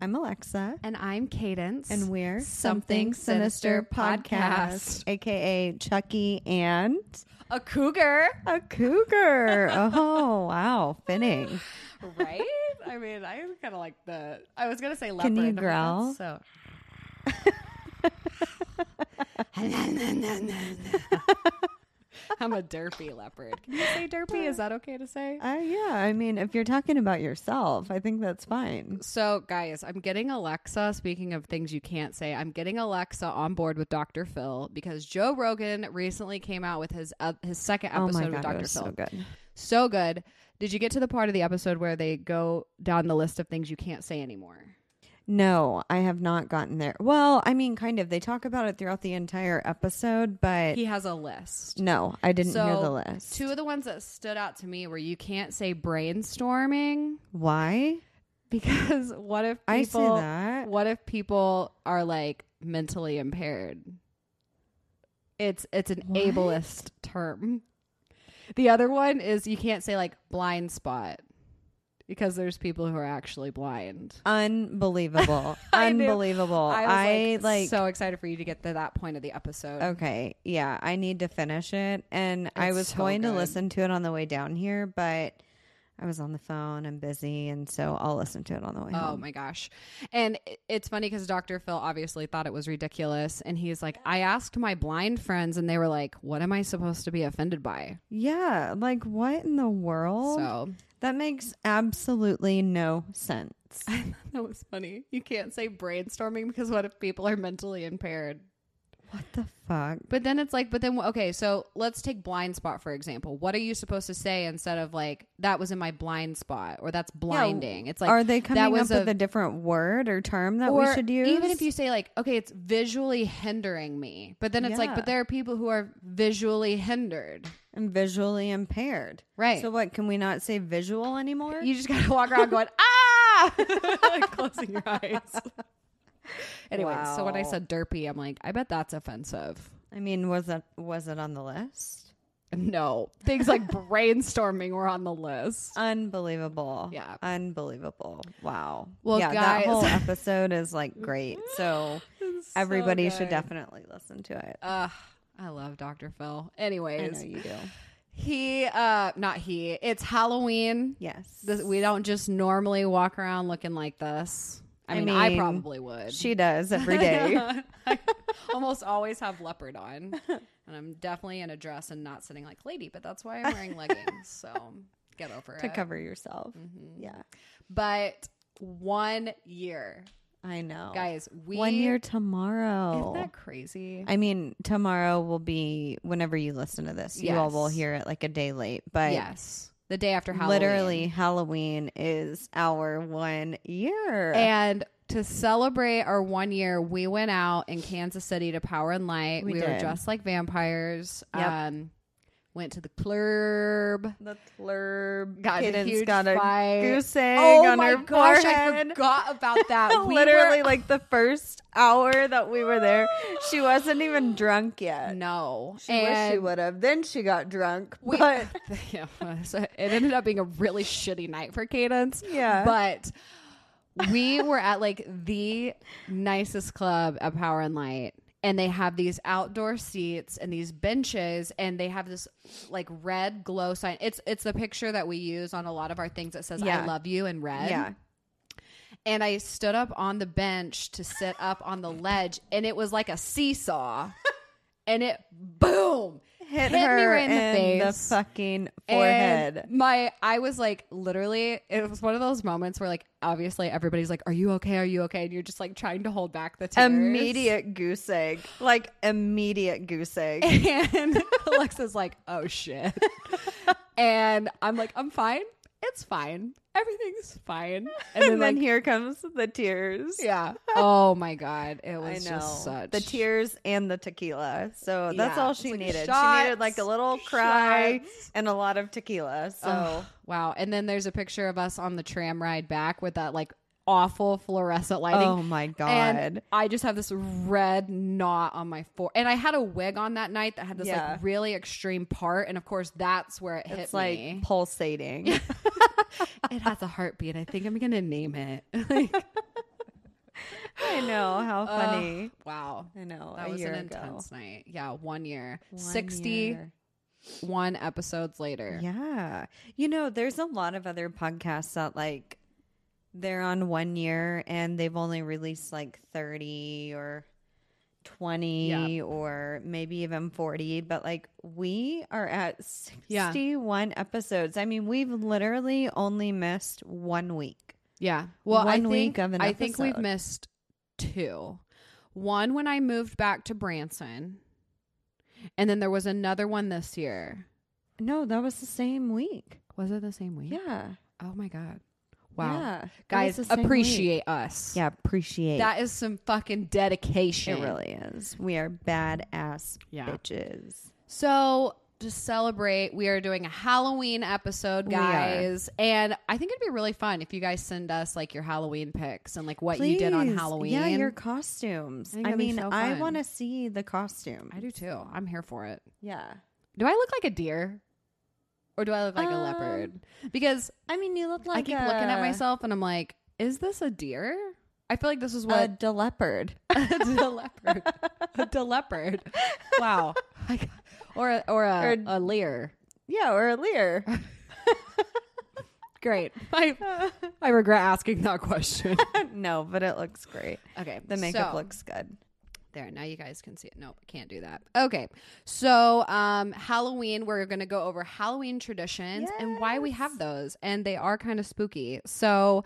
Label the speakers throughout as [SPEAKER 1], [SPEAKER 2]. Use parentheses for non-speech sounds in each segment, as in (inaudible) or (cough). [SPEAKER 1] I'm Alexa.
[SPEAKER 2] And I'm Cadence.
[SPEAKER 1] And we're
[SPEAKER 2] Something Sinister Podcast.
[SPEAKER 1] aka Chucky and
[SPEAKER 2] a cougar,
[SPEAKER 1] a cougar. oh, wow.
[SPEAKER 2] (laughs)
[SPEAKER 1] Finning.
[SPEAKER 2] right? I mean, I kind of like the. I was gonna say leopard.
[SPEAKER 1] Can you
[SPEAKER 2] but
[SPEAKER 1] growl?
[SPEAKER 2] that's So (laughs) I'm a derpy leopard. Can you say derpy? Is that okay to say?
[SPEAKER 1] Uh, yeah, I mean, if you're talking about yourself, I think that's fine.
[SPEAKER 2] So, guys, I'm getting Alexa. Speaking of things you can't say, I'm getting Alexa on board with Dr. Phil because Joe Rogan recently came out with his uh, his second
[SPEAKER 1] Oh
[SPEAKER 2] episode
[SPEAKER 1] my
[SPEAKER 2] with
[SPEAKER 1] god,
[SPEAKER 2] Dr.
[SPEAKER 1] it was
[SPEAKER 2] Phil.
[SPEAKER 1] so good.
[SPEAKER 2] So good. Did you get to the part of the episode where they go down the list of things you can't say anymore?
[SPEAKER 1] No, I have not gotten there. Well, I mean, kind of. They talk about it throughout the entire episode, but
[SPEAKER 2] He has a list.
[SPEAKER 1] no, I didn't hear the list.
[SPEAKER 2] Two of the ones that stood out to me were you can't say brainstorming (laughs)
[SPEAKER 1] Why?
[SPEAKER 2] because what if people
[SPEAKER 1] I say that.
[SPEAKER 2] what if people are like mentally impaired? It's it's an
[SPEAKER 1] What?
[SPEAKER 2] ableist term. The other one is you can't say like blind spot because there's people who are actually blind.
[SPEAKER 1] Unbelievable.
[SPEAKER 2] (laughs) I knew.
[SPEAKER 1] Unbelievable. I,
[SPEAKER 2] I was like,
[SPEAKER 1] like,
[SPEAKER 2] so excited for you to get to that point of the episode.
[SPEAKER 1] okay, yeah, I need to finish it. And I
[SPEAKER 2] It's
[SPEAKER 1] was
[SPEAKER 2] so
[SPEAKER 1] going to
[SPEAKER 2] good.
[SPEAKER 1] listen to it on the way down here, but I was on the phone and busy, and so I'll listen to it on the way
[SPEAKER 2] Oh
[SPEAKER 1] home.
[SPEAKER 2] my gosh. And i- it's funny because Dr. Phil obviously thought it was ridiculous. And he's like, I asked my blind friends, and they were like, What am I supposed to be offended by?
[SPEAKER 1] Yeah, like what in the world?
[SPEAKER 2] So (laughs)
[SPEAKER 1] That makes absolutely no sense.
[SPEAKER 2] that was funny. You can't say brainstorming because what if people are mentally impaired?
[SPEAKER 1] What the fuck?
[SPEAKER 2] But then it's like, but then, okay, so let's take blind spot, for example. What are you supposed to say instead of like, that was in my blind spot or that's blinding? it's like,
[SPEAKER 1] Are they coming up
[SPEAKER 2] was
[SPEAKER 1] with
[SPEAKER 2] a-
[SPEAKER 1] a different word or term that we
[SPEAKER 2] Or
[SPEAKER 1] should use?
[SPEAKER 2] Even if you say like, okay, it's visually hindering me, but then it's like,
[SPEAKER 1] Yeah.
[SPEAKER 2] but there are people who are visually hindered.
[SPEAKER 1] I'm visually impaired.
[SPEAKER 2] Right.
[SPEAKER 1] So what can we not say visual anymore?
[SPEAKER 2] You just gotta walk around going (laughs)
[SPEAKER 1] (laughs)
[SPEAKER 2] ah, closing your eyes. (laughs) anyway, so when I
[SPEAKER 1] Wow.
[SPEAKER 2] said derpy, I'm like, I bet that's offensive.
[SPEAKER 1] I mean, was it was it on the list?
[SPEAKER 2] No,
[SPEAKER 1] (laughs)
[SPEAKER 2] things like brainstorming were on the list.
[SPEAKER 1] Unbelievable.
[SPEAKER 2] Yeah.
[SPEAKER 1] Unbelievable. Wow.
[SPEAKER 2] Well,
[SPEAKER 1] yeah, that
[SPEAKER 2] guys- (laughs)
[SPEAKER 1] whole episode is like great. So everybody should
[SPEAKER 2] good.
[SPEAKER 1] definitely listen to it.
[SPEAKER 2] Ugh, I love Dr. Phil.
[SPEAKER 1] I know
[SPEAKER 2] Anyways,
[SPEAKER 1] you do.
[SPEAKER 2] he uh, not he. It's Halloween.
[SPEAKER 1] Yes.
[SPEAKER 2] This, we don't just normally walk around looking like this. I,
[SPEAKER 1] I
[SPEAKER 2] mean, I
[SPEAKER 1] mean,
[SPEAKER 2] probably
[SPEAKER 1] (laughs)
[SPEAKER 2] would.
[SPEAKER 1] she does
[SPEAKER 2] (laughs)
[SPEAKER 1] every day. (laughs)
[SPEAKER 2] I almost always have leopard on, and I'm definitely in a dress and not sitting like lady. But that's why
[SPEAKER 1] (laughs)
[SPEAKER 2] I'm wearing leggings. So get over
[SPEAKER 1] to
[SPEAKER 2] it.
[SPEAKER 1] cover yourself.
[SPEAKER 2] Mm-hmm.
[SPEAKER 1] Yeah.
[SPEAKER 2] But one year,
[SPEAKER 1] I know.
[SPEAKER 2] guys. We
[SPEAKER 1] One year
[SPEAKER 2] Isn't
[SPEAKER 1] tomorrow.
[SPEAKER 2] that crazy?
[SPEAKER 1] I mean, tomorrow will be whenever you listen to this. You all will
[SPEAKER 2] Yes.
[SPEAKER 1] hear it like a day late, but
[SPEAKER 2] yes. The day after Halloween.
[SPEAKER 1] literally Halloween is our one year.
[SPEAKER 2] And to celebrate our one year, we went out in Kansas City to Power and Light.
[SPEAKER 1] We
[SPEAKER 2] We, were
[SPEAKER 1] did.
[SPEAKER 2] dressed like vampires.
[SPEAKER 1] Yep.
[SPEAKER 2] Um, went to the club.
[SPEAKER 1] the club
[SPEAKER 2] Got a huge
[SPEAKER 1] got a
[SPEAKER 2] fight.
[SPEAKER 1] goose egg
[SPEAKER 2] oh
[SPEAKER 1] on
[SPEAKER 2] my
[SPEAKER 1] her
[SPEAKER 2] gosh, I
[SPEAKER 1] forehead. (laughs)
[SPEAKER 2] forgot about that. We
[SPEAKER 1] literally
[SPEAKER 2] were-
[SPEAKER 1] like the first hour that we were there,
[SPEAKER 2] (gasps)
[SPEAKER 1] she wasn't even drunk yet.
[SPEAKER 2] no.
[SPEAKER 1] She wished she
[SPEAKER 2] and
[SPEAKER 1] would have. Then she got drunk,
[SPEAKER 2] we,
[SPEAKER 1] but
[SPEAKER 2] yeah, so (laughs) it ended up being a really shitty night for Cadence.
[SPEAKER 1] Yeah.
[SPEAKER 2] But we were at like the nicest club at Power and Light. And they have these outdoor seats and these benches, and they have this like red glow sign. It's it's the picture that we use on a lot of our things that says
[SPEAKER 1] Yeah.
[SPEAKER 2] "I love you" in
[SPEAKER 1] (laughs)
[SPEAKER 2] red.
[SPEAKER 1] yeah,
[SPEAKER 2] and I stood up on the bench to sit up on the ledge, and it was like
[SPEAKER 1] (laughs)
[SPEAKER 2] a seesaw, and it boom
[SPEAKER 1] hit,
[SPEAKER 2] me
[SPEAKER 1] her
[SPEAKER 2] right in the face.
[SPEAKER 1] fucking
[SPEAKER 2] And
[SPEAKER 1] forehead.
[SPEAKER 2] my, I was like, literally, it was one of those moments where, like, obviously everybody's like, "Are you okay? Are you okay?" And you're just like trying to hold back the tears.
[SPEAKER 1] immediate goose egg like immediate goose
[SPEAKER 2] (laughs)
[SPEAKER 1] egg
[SPEAKER 2] And Alexa's like,
[SPEAKER 1] (laughs)
[SPEAKER 2] "Oh shit," and I'm like, "I'm fine. It's fine. Everything's
[SPEAKER 1] (laughs)
[SPEAKER 2] fine." And then,
[SPEAKER 1] and
[SPEAKER 2] like,
[SPEAKER 1] then here comes the tears
[SPEAKER 2] yeah. Oh my god,
[SPEAKER 1] (laughs)
[SPEAKER 2] it
[SPEAKER 1] i
[SPEAKER 2] was
[SPEAKER 1] know
[SPEAKER 2] just such
[SPEAKER 1] the tears and the tequila so that's
[SPEAKER 2] Yeah,
[SPEAKER 1] all
[SPEAKER 2] it's
[SPEAKER 1] she
[SPEAKER 2] like
[SPEAKER 1] needed she
[SPEAKER 2] shots,
[SPEAKER 1] needed like a little cry
[SPEAKER 2] shots.
[SPEAKER 1] and a lot of tequila so
[SPEAKER 2] Oh, wow. And then there's a picture of us on the tram ride back with that like awful fluorescent lighting.
[SPEAKER 1] Oh my
[SPEAKER 2] And
[SPEAKER 1] God.
[SPEAKER 2] I just have this red knot on my forehead. And I had a wig on that night that had this
[SPEAKER 1] Yeah.
[SPEAKER 2] like really extreme part. And of course, that's where it hit
[SPEAKER 1] it's like (laughs)
[SPEAKER 2] me. (laughs)
[SPEAKER 1] pulsating (laughs)
[SPEAKER 2] it has a heartbeat. I think I'm going to name it. Like,
[SPEAKER 1] I know how funny.
[SPEAKER 2] (laughs) wow.
[SPEAKER 1] I know.
[SPEAKER 2] That
[SPEAKER 1] a
[SPEAKER 2] was
[SPEAKER 1] year
[SPEAKER 2] an
[SPEAKER 1] ago.
[SPEAKER 2] intense night. Yeah, one year.
[SPEAKER 1] One
[SPEAKER 2] 61
[SPEAKER 1] year.
[SPEAKER 2] episodes later.
[SPEAKER 1] Yeah. You know, there's a lot of other podcasts that like they're on one year and they've only released like 30 or 20 or maybe even 40, but like we are at
[SPEAKER 2] Yeah.
[SPEAKER 1] 61 episodes. I mean, we've literally only missed one week.
[SPEAKER 2] Yeah. Well, I
[SPEAKER 1] One
[SPEAKER 2] think,
[SPEAKER 1] week of an
[SPEAKER 2] I think we've
[SPEAKER 1] episode.
[SPEAKER 2] missed two. One when I moved back to Branson. And then there was another one this year.
[SPEAKER 1] No, that was the same week.
[SPEAKER 2] Was it the same week?
[SPEAKER 1] Yeah.
[SPEAKER 2] Oh my god. Wow.
[SPEAKER 1] Yeah. That was
[SPEAKER 2] Guys,
[SPEAKER 1] the same week.
[SPEAKER 2] appreciate us.
[SPEAKER 1] Yeah, appreciate.
[SPEAKER 2] That is some fucking dedication.
[SPEAKER 1] it really is. We are badass
[SPEAKER 2] Yeah.
[SPEAKER 1] bitches.
[SPEAKER 2] So to celebrate, we are doing a Halloween episode,
[SPEAKER 1] We are.
[SPEAKER 2] guys. And I think it'd be really fun if you guys send us like your Halloween pics and like what you did on
[SPEAKER 1] Please.
[SPEAKER 2] Halloween.
[SPEAKER 1] Yeah, your costumes.
[SPEAKER 2] I think
[SPEAKER 1] I,
[SPEAKER 2] that'd be
[SPEAKER 1] mean,
[SPEAKER 2] so
[SPEAKER 1] I
[SPEAKER 2] fun.
[SPEAKER 1] want to see the costume.
[SPEAKER 2] I do too. I'm here for it.
[SPEAKER 1] Yeah.
[SPEAKER 2] Do I look like a deer? Or do I look like a
[SPEAKER 1] Um,
[SPEAKER 2] leopard? Because
[SPEAKER 1] I mean, you look like
[SPEAKER 2] I keep looking at
[SPEAKER 1] a-
[SPEAKER 2] myself and I'm like, is this a deer? I feel like this is
[SPEAKER 1] A
[SPEAKER 2] what
[SPEAKER 1] de leopard.
[SPEAKER 2] (laughs) a leopard, a leopard. (laughs) Wow, I got- or a, or a,
[SPEAKER 1] Or-
[SPEAKER 2] a leer.
[SPEAKER 1] (laughs) yeah, or a (laughs) leer.
[SPEAKER 2] Great. I (laughs) I regret asking that question.
[SPEAKER 1] (laughs) no, but it looks great.
[SPEAKER 2] Okay,
[SPEAKER 1] The makeup
[SPEAKER 2] so-
[SPEAKER 1] looks good.
[SPEAKER 2] there. Now you guys can see it. Nope, can't do that. Okay, so um, Halloween, we're gonna go over Halloween traditions and why we have those, and they are kind of spooky. So.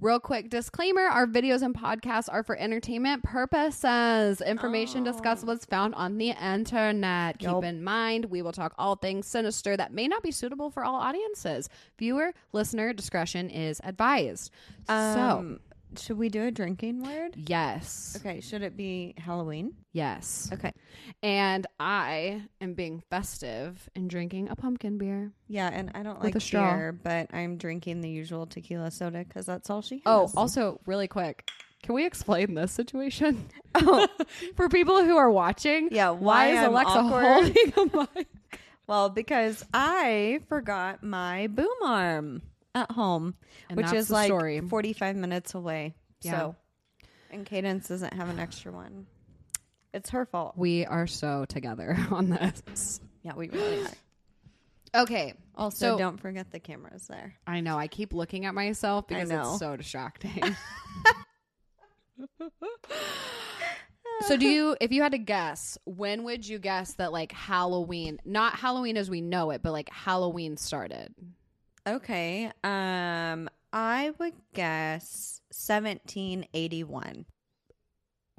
[SPEAKER 2] Real quick disclaimer our videos and podcasts are for entertainment purposes. Information discussed was found on the internet. Keep
[SPEAKER 1] Yup.
[SPEAKER 2] in mind, we will talk all things sinister that may not be suitable for all audiences. Viewer, listener discretion is advised. so,
[SPEAKER 1] Um, should we do a drinking word?
[SPEAKER 2] yes.
[SPEAKER 1] Okay, should it be Halloween?
[SPEAKER 2] Yes.
[SPEAKER 1] Okay.
[SPEAKER 2] And I am being festive and drinking a pumpkin beer.
[SPEAKER 1] Yeah, and I don't
[SPEAKER 2] With
[SPEAKER 1] like
[SPEAKER 2] a straw.
[SPEAKER 1] beer, but I'm drinking the usual tequila soda because that's all she has.
[SPEAKER 2] Oh, also, really quick, can we explain
[SPEAKER 1] (laughs)
[SPEAKER 2] this situation (laughs) for people who are watching?
[SPEAKER 1] Oh. Yeah,
[SPEAKER 2] Why,
[SPEAKER 1] why
[SPEAKER 2] is
[SPEAKER 1] I'm
[SPEAKER 2] Alexa
[SPEAKER 1] awkward.
[SPEAKER 2] holding (laughs) a mic?
[SPEAKER 1] Well, because I forgot my boom arm at home,
[SPEAKER 2] And
[SPEAKER 1] which
[SPEAKER 2] that's
[SPEAKER 1] is
[SPEAKER 2] the
[SPEAKER 1] like
[SPEAKER 2] story.
[SPEAKER 1] 45 minutes away.
[SPEAKER 2] Yeah.
[SPEAKER 1] So, and Cadence doesn't have an extra one. It's her fault.
[SPEAKER 2] We are so together (laughs) on this.
[SPEAKER 1] Yeah, we really are.
[SPEAKER 2] Okay.
[SPEAKER 1] Also,
[SPEAKER 2] So-
[SPEAKER 1] don't forget the cameras there.
[SPEAKER 2] I know. I keep looking at myself because
[SPEAKER 1] know.
[SPEAKER 2] it's
[SPEAKER 1] (laughs)
[SPEAKER 2] so distracting. so do you if you had to guess, when would you guess that like Halloween, not Halloween as we know it, but like Halloween started?
[SPEAKER 1] Okay. Um, I would guess 1781.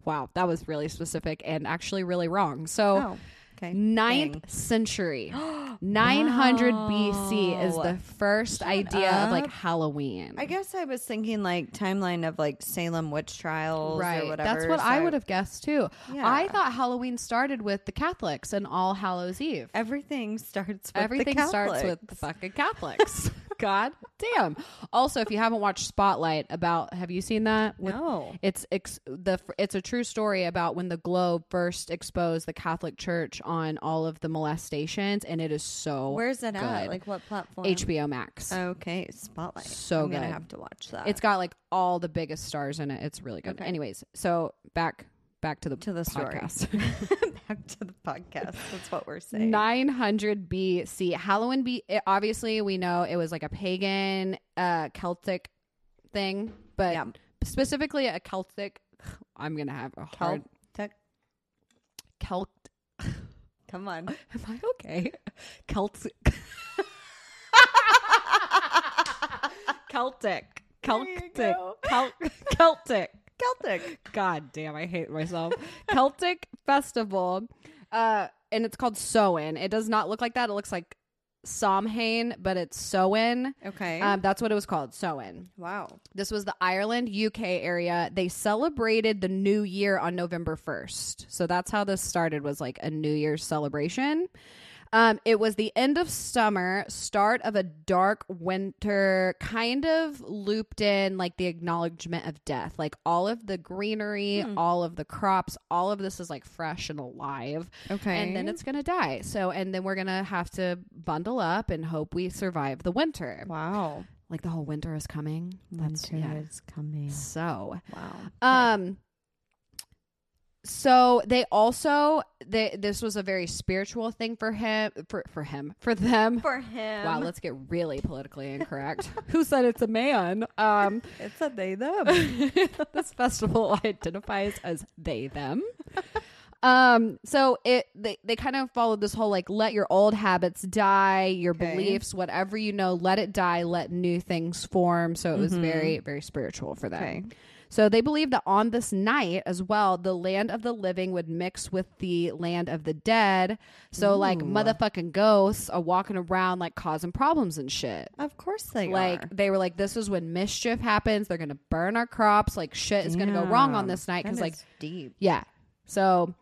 [SPEAKER 2] Wow, that was really specific and actually really wrong. So
[SPEAKER 1] Oh, okay.
[SPEAKER 2] Ninth
[SPEAKER 1] (gasps)
[SPEAKER 2] century, (gasps) 900 BC is
[SPEAKER 1] Wow.
[SPEAKER 2] the first idea of like
[SPEAKER 1] up.
[SPEAKER 2] Halloween.
[SPEAKER 1] I guess I was thinking like timeline of like Salem witch trials or whatever.
[SPEAKER 2] That's what
[SPEAKER 1] so
[SPEAKER 2] I would have guessed too. I
[SPEAKER 1] Yeah.
[SPEAKER 2] thought Halloween started with the Catholics and All Hallows Eve.
[SPEAKER 1] Everything starts with
[SPEAKER 2] Everything
[SPEAKER 1] the
[SPEAKER 2] starts with the
[SPEAKER 1] Catholics.
[SPEAKER 2] fucking Catholics. (laughs) God damn. Also, if you haven't watched Spotlight about have you seen that? With-
[SPEAKER 1] No.
[SPEAKER 2] It's ex- the it's a true story about when the Globe first exposed the Catholic Church on all of the molestations and it is so
[SPEAKER 1] Where's it
[SPEAKER 2] good.
[SPEAKER 1] at? Like Uh, what platform?
[SPEAKER 2] HBO Max.
[SPEAKER 1] Okay, Spotlight.
[SPEAKER 2] So
[SPEAKER 1] I'm gonna
[SPEAKER 2] good.
[SPEAKER 1] have to watch that.
[SPEAKER 2] It's got like all the biggest stars in it. It's really good.
[SPEAKER 1] Okay.
[SPEAKER 2] Anyways, so back back to the
[SPEAKER 1] To the story.
[SPEAKER 2] podcast.
[SPEAKER 1] (laughs) (laughs) back to the podcast. That's what we're saying.
[SPEAKER 2] 900 BC. Halloween be it- obviously we know it was like a pagan uh Celtic thing, but
[SPEAKER 1] Yeah.
[SPEAKER 2] specifically a Celtic I'm going to have a hard
[SPEAKER 1] Caltech.
[SPEAKER 2] Celt (laughs)
[SPEAKER 1] Come on.
[SPEAKER 2] Am I okay? (laughs) Celtic Celtic Celtic
[SPEAKER 1] go. (laughs)
[SPEAKER 2] Celt- Celtic
[SPEAKER 1] Celtic.
[SPEAKER 2] God damn, I hate myself. Celtic festival. Uh and it's called Samhain. It does not look like that. It looks like Samhain, but it's Samhain.
[SPEAKER 1] Okay.
[SPEAKER 2] Um, that's what it was called, Samhain.
[SPEAKER 1] wow.
[SPEAKER 2] This was the Ireland, UK area. They celebrated the new year on November 1st. So that's how this started was like a new year's celebration. Um, it was the end of summer, start of a dark winter, kind of looped in like the acknowledgement of death. Like all of the greenery, all of the crops, all of this is like fresh and alive.
[SPEAKER 1] Okay.
[SPEAKER 2] And then it's going to die. So, and then we're going to have to bundle up and hope we survive the winter
[SPEAKER 1] wow.
[SPEAKER 2] like the whole winter is coming. That's yeah.
[SPEAKER 1] is coming.
[SPEAKER 2] So,
[SPEAKER 1] Wow.
[SPEAKER 2] um, so they also they this was a very spiritual thing for him for for him for them.
[SPEAKER 1] for him.
[SPEAKER 2] wow, let's get really politically incorrect. (laughs) Who said it's a man? Um
[SPEAKER 1] it's a they them.
[SPEAKER 2] (laughs) this festival (laughs) identifies as they them. Um, so it they, they kind of followed this whole like let your old habits die, your
[SPEAKER 1] Okay.
[SPEAKER 2] beliefs, whatever you know, let it die, let new things form. So it was very, very spiritual for them.
[SPEAKER 1] Mm-hmm. Okay.
[SPEAKER 2] So they believed that on this night as well, the land of the living would mix with the land of the dead. So like motherfucking ghosts are walking around like causing problems and shit
[SPEAKER 1] of course they
[SPEAKER 2] like
[SPEAKER 1] are.
[SPEAKER 2] they were like this is when mischief happens they're gonna burn our crops like shit is gonna go wrong on
[SPEAKER 1] Damn.
[SPEAKER 2] this night
[SPEAKER 1] That
[SPEAKER 2] because like
[SPEAKER 1] is deep.
[SPEAKER 2] yeah so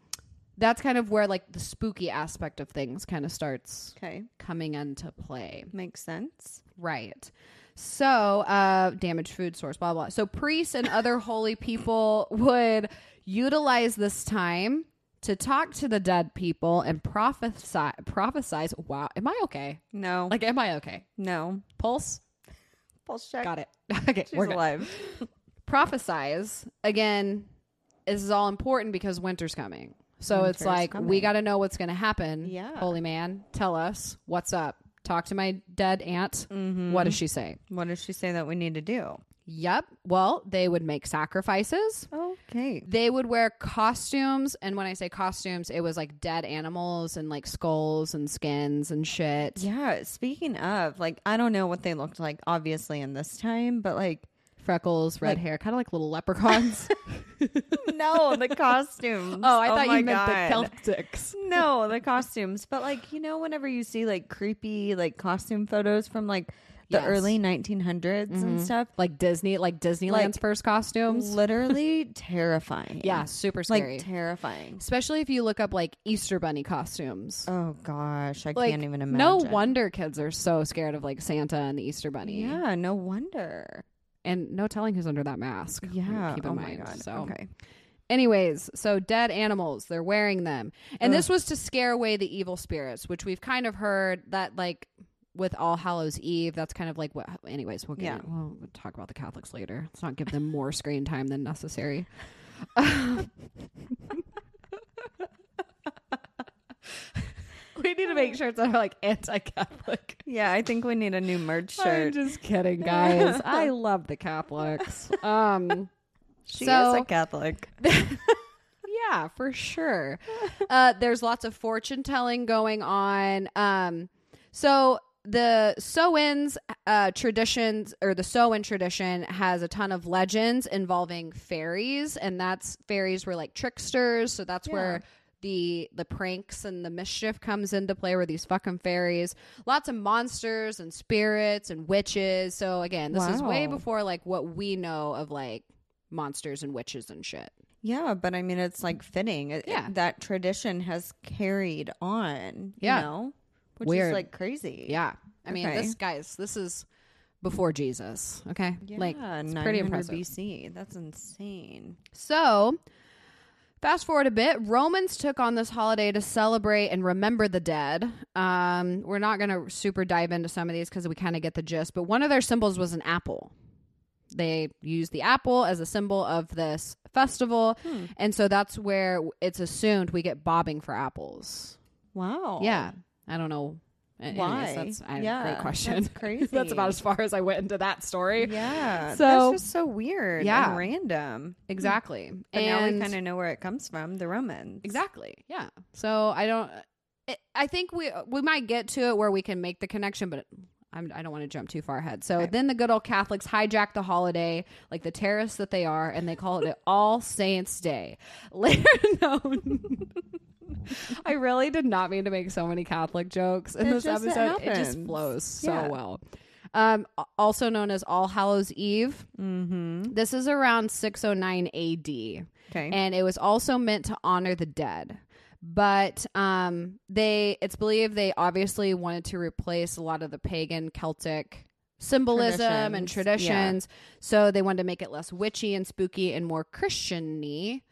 [SPEAKER 2] that's kind of where like the spooky aspect of things kind of starts
[SPEAKER 1] Okay,
[SPEAKER 2] coming into play
[SPEAKER 1] makes sense.
[SPEAKER 2] right so uh damaged food source blah blah so priests and other holy people would utilize this time to talk to the dead people and prophesy prophesize wow am i okay
[SPEAKER 1] No,
[SPEAKER 2] like am i okay
[SPEAKER 1] no.
[SPEAKER 2] pulse
[SPEAKER 1] Pulse check.
[SPEAKER 2] got it (laughs) okay
[SPEAKER 1] She's
[SPEAKER 2] we're good
[SPEAKER 1] alive.
[SPEAKER 2] prophesize again this is all important because winter's coming so it's
[SPEAKER 1] Winter's
[SPEAKER 2] like we
[SPEAKER 1] coming.
[SPEAKER 2] got to know what's going to happen
[SPEAKER 1] Yeah.
[SPEAKER 2] holy man tell us what's up talk to my dead aunt what does she say
[SPEAKER 1] What does she say that we need to do?
[SPEAKER 2] yep well they would make sacrifices
[SPEAKER 1] Okay.
[SPEAKER 2] they would wear costumes and when i say costumes it was like dead animals and like skulls and skins and shit
[SPEAKER 1] Yeah. Speaking of, like, I don't know what they looked like, obviously, in this time, but like,
[SPEAKER 2] freckles red
[SPEAKER 1] Like-
[SPEAKER 2] hair kind of like little leprechauns
[SPEAKER 1] no, the costumes.
[SPEAKER 2] (laughs) oh i thought
[SPEAKER 1] my
[SPEAKER 2] you meant
[SPEAKER 1] God.
[SPEAKER 2] the celtics
[SPEAKER 1] no, the costumes. But like, you know, whenever you see like creepy like costume photos from like the
[SPEAKER 2] Yes. Mm-hmm.
[SPEAKER 1] early 1900s and stuff,
[SPEAKER 2] like disney like disneyland's
[SPEAKER 1] Like,
[SPEAKER 2] first costumes
[SPEAKER 1] literally (laughs) terrifying.
[SPEAKER 2] Yeah, super
[SPEAKER 1] Like
[SPEAKER 2] scary.
[SPEAKER 1] terrifying.
[SPEAKER 2] Especially if you look up like Easter bunny costumes.
[SPEAKER 1] Oh gosh, I
[SPEAKER 2] like,
[SPEAKER 1] can't even imagine.
[SPEAKER 2] No wonder kids are so scared of like Santa and the Easter bunny.
[SPEAKER 1] Yeah, no wonder.
[SPEAKER 2] And no telling who's under that mask.
[SPEAKER 1] Yeah.
[SPEAKER 2] Keep in
[SPEAKER 1] oh
[SPEAKER 2] mind.
[SPEAKER 1] my god.
[SPEAKER 2] So
[SPEAKER 1] Okay.
[SPEAKER 2] anyways, so dead animals, they're wearing them. And this was to scare away the evil spirits, which we've kind of heard that like with All Hallows Eve, that's kind of like what anyways, we'll get
[SPEAKER 1] Yeah.
[SPEAKER 2] in- we'll talk about the Catholics later. Let's not give them more screen time than necessary. we need to make sure it's not like anti Catholic.
[SPEAKER 1] Yeah, I think we need a new merch
[SPEAKER 2] (laughs) I'm
[SPEAKER 1] shirt.
[SPEAKER 2] just kidding, guys. I love the Catholics. Um
[SPEAKER 1] She
[SPEAKER 2] So-
[SPEAKER 1] is a Catholic.
[SPEAKER 2] yeah, for sure. uh, there's lots of fortune telling going on. Um, so the sew-ins uh, traditions or the sew-in tradition has a ton of legends involving fairies, and that's fairies were like tricksters, so that's where. The, the pranks and the mischief comes into play where these fucking fairies lots of monsters and spirits and witches so again this is way
[SPEAKER 1] Wow.
[SPEAKER 2] before like what we know of like monsters and witches and shit
[SPEAKER 1] Yeah, but I mean, it's like fitting. It- it-
[SPEAKER 2] Yeah.
[SPEAKER 1] that tradition has carried on.
[SPEAKER 2] Yeah.
[SPEAKER 1] you know? which
[SPEAKER 2] Weird.
[SPEAKER 1] is like crazy.
[SPEAKER 2] Yeah. I mean,
[SPEAKER 1] Okay.
[SPEAKER 2] this guys, this is before Jesus. Okay.
[SPEAKER 1] Yeah,
[SPEAKER 2] like it's pretty
[SPEAKER 1] 900
[SPEAKER 2] impressive.
[SPEAKER 1] BC. That's insane.
[SPEAKER 2] So fast forward a bit, Romans took on this holiday to celebrate and remember the dead. Um, we're not gonna super dive into some of these because we kind of get the gist, but one of their symbols was an apple. They used the apple as a symbol of this festival,
[SPEAKER 1] Hmm.
[SPEAKER 2] and so that's where it's assumed we get bobbing for apples.
[SPEAKER 1] Wow.
[SPEAKER 2] Yeah, I don't know. A- anyways,
[SPEAKER 1] Why?
[SPEAKER 2] that's a
[SPEAKER 1] Yeah,
[SPEAKER 2] great question. (laughs)
[SPEAKER 1] that's crazy.
[SPEAKER 2] that's about as far as I went into that story.
[SPEAKER 1] Yeah.
[SPEAKER 2] So-
[SPEAKER 1] that's just so weird.
[SPEAKER 2] Yeah.
[SPEAKER 1] And random.
[SPEAKER 2] Exactly.
[SPEAKER 1] But now
[SPEAKER 2] and
[SPEAKER 1] we kind of know where it comes from. The Romans.
[SPEAKER 2] exactly. Yeah. So I don't. It, I think we we might get to it where we can make the connection, but. I'm, I don't want to jump too far ahead. So then the good old Catholics hijack the holiday, like the terrorists that they are, and they call it (laughs) All Saints Day, (laughs) later known. (laughs) I really did not mean to make so many Catholic jokes in
[SPEAKER 1] It
[SPEAKER 2] this
[SPEAKER 1] just- it
[SPEAKER 2] episode. It just
[SPEAKER 1] happens.
[SPEAKER 2] flows so
[SPEAKER 1] Yeah.
[SPEAKER 2] well. Um, a- also known as All Hallows Eve.
[SPEAKER 1] Mm-hmm.
[SPEAKER 2] This is around 609 AD
[SPEAKER 1] Okay.
[SPEAKER 2] and it was also meant to honor the dead but um they it's believed they obviously wanted to replace a lot of the pagan celtic symbolism and
[SPEAKER 1] Traditions, yeah.
[SPEAKER 2] traditions so they wanted to make it less witchy and spooky and more christiany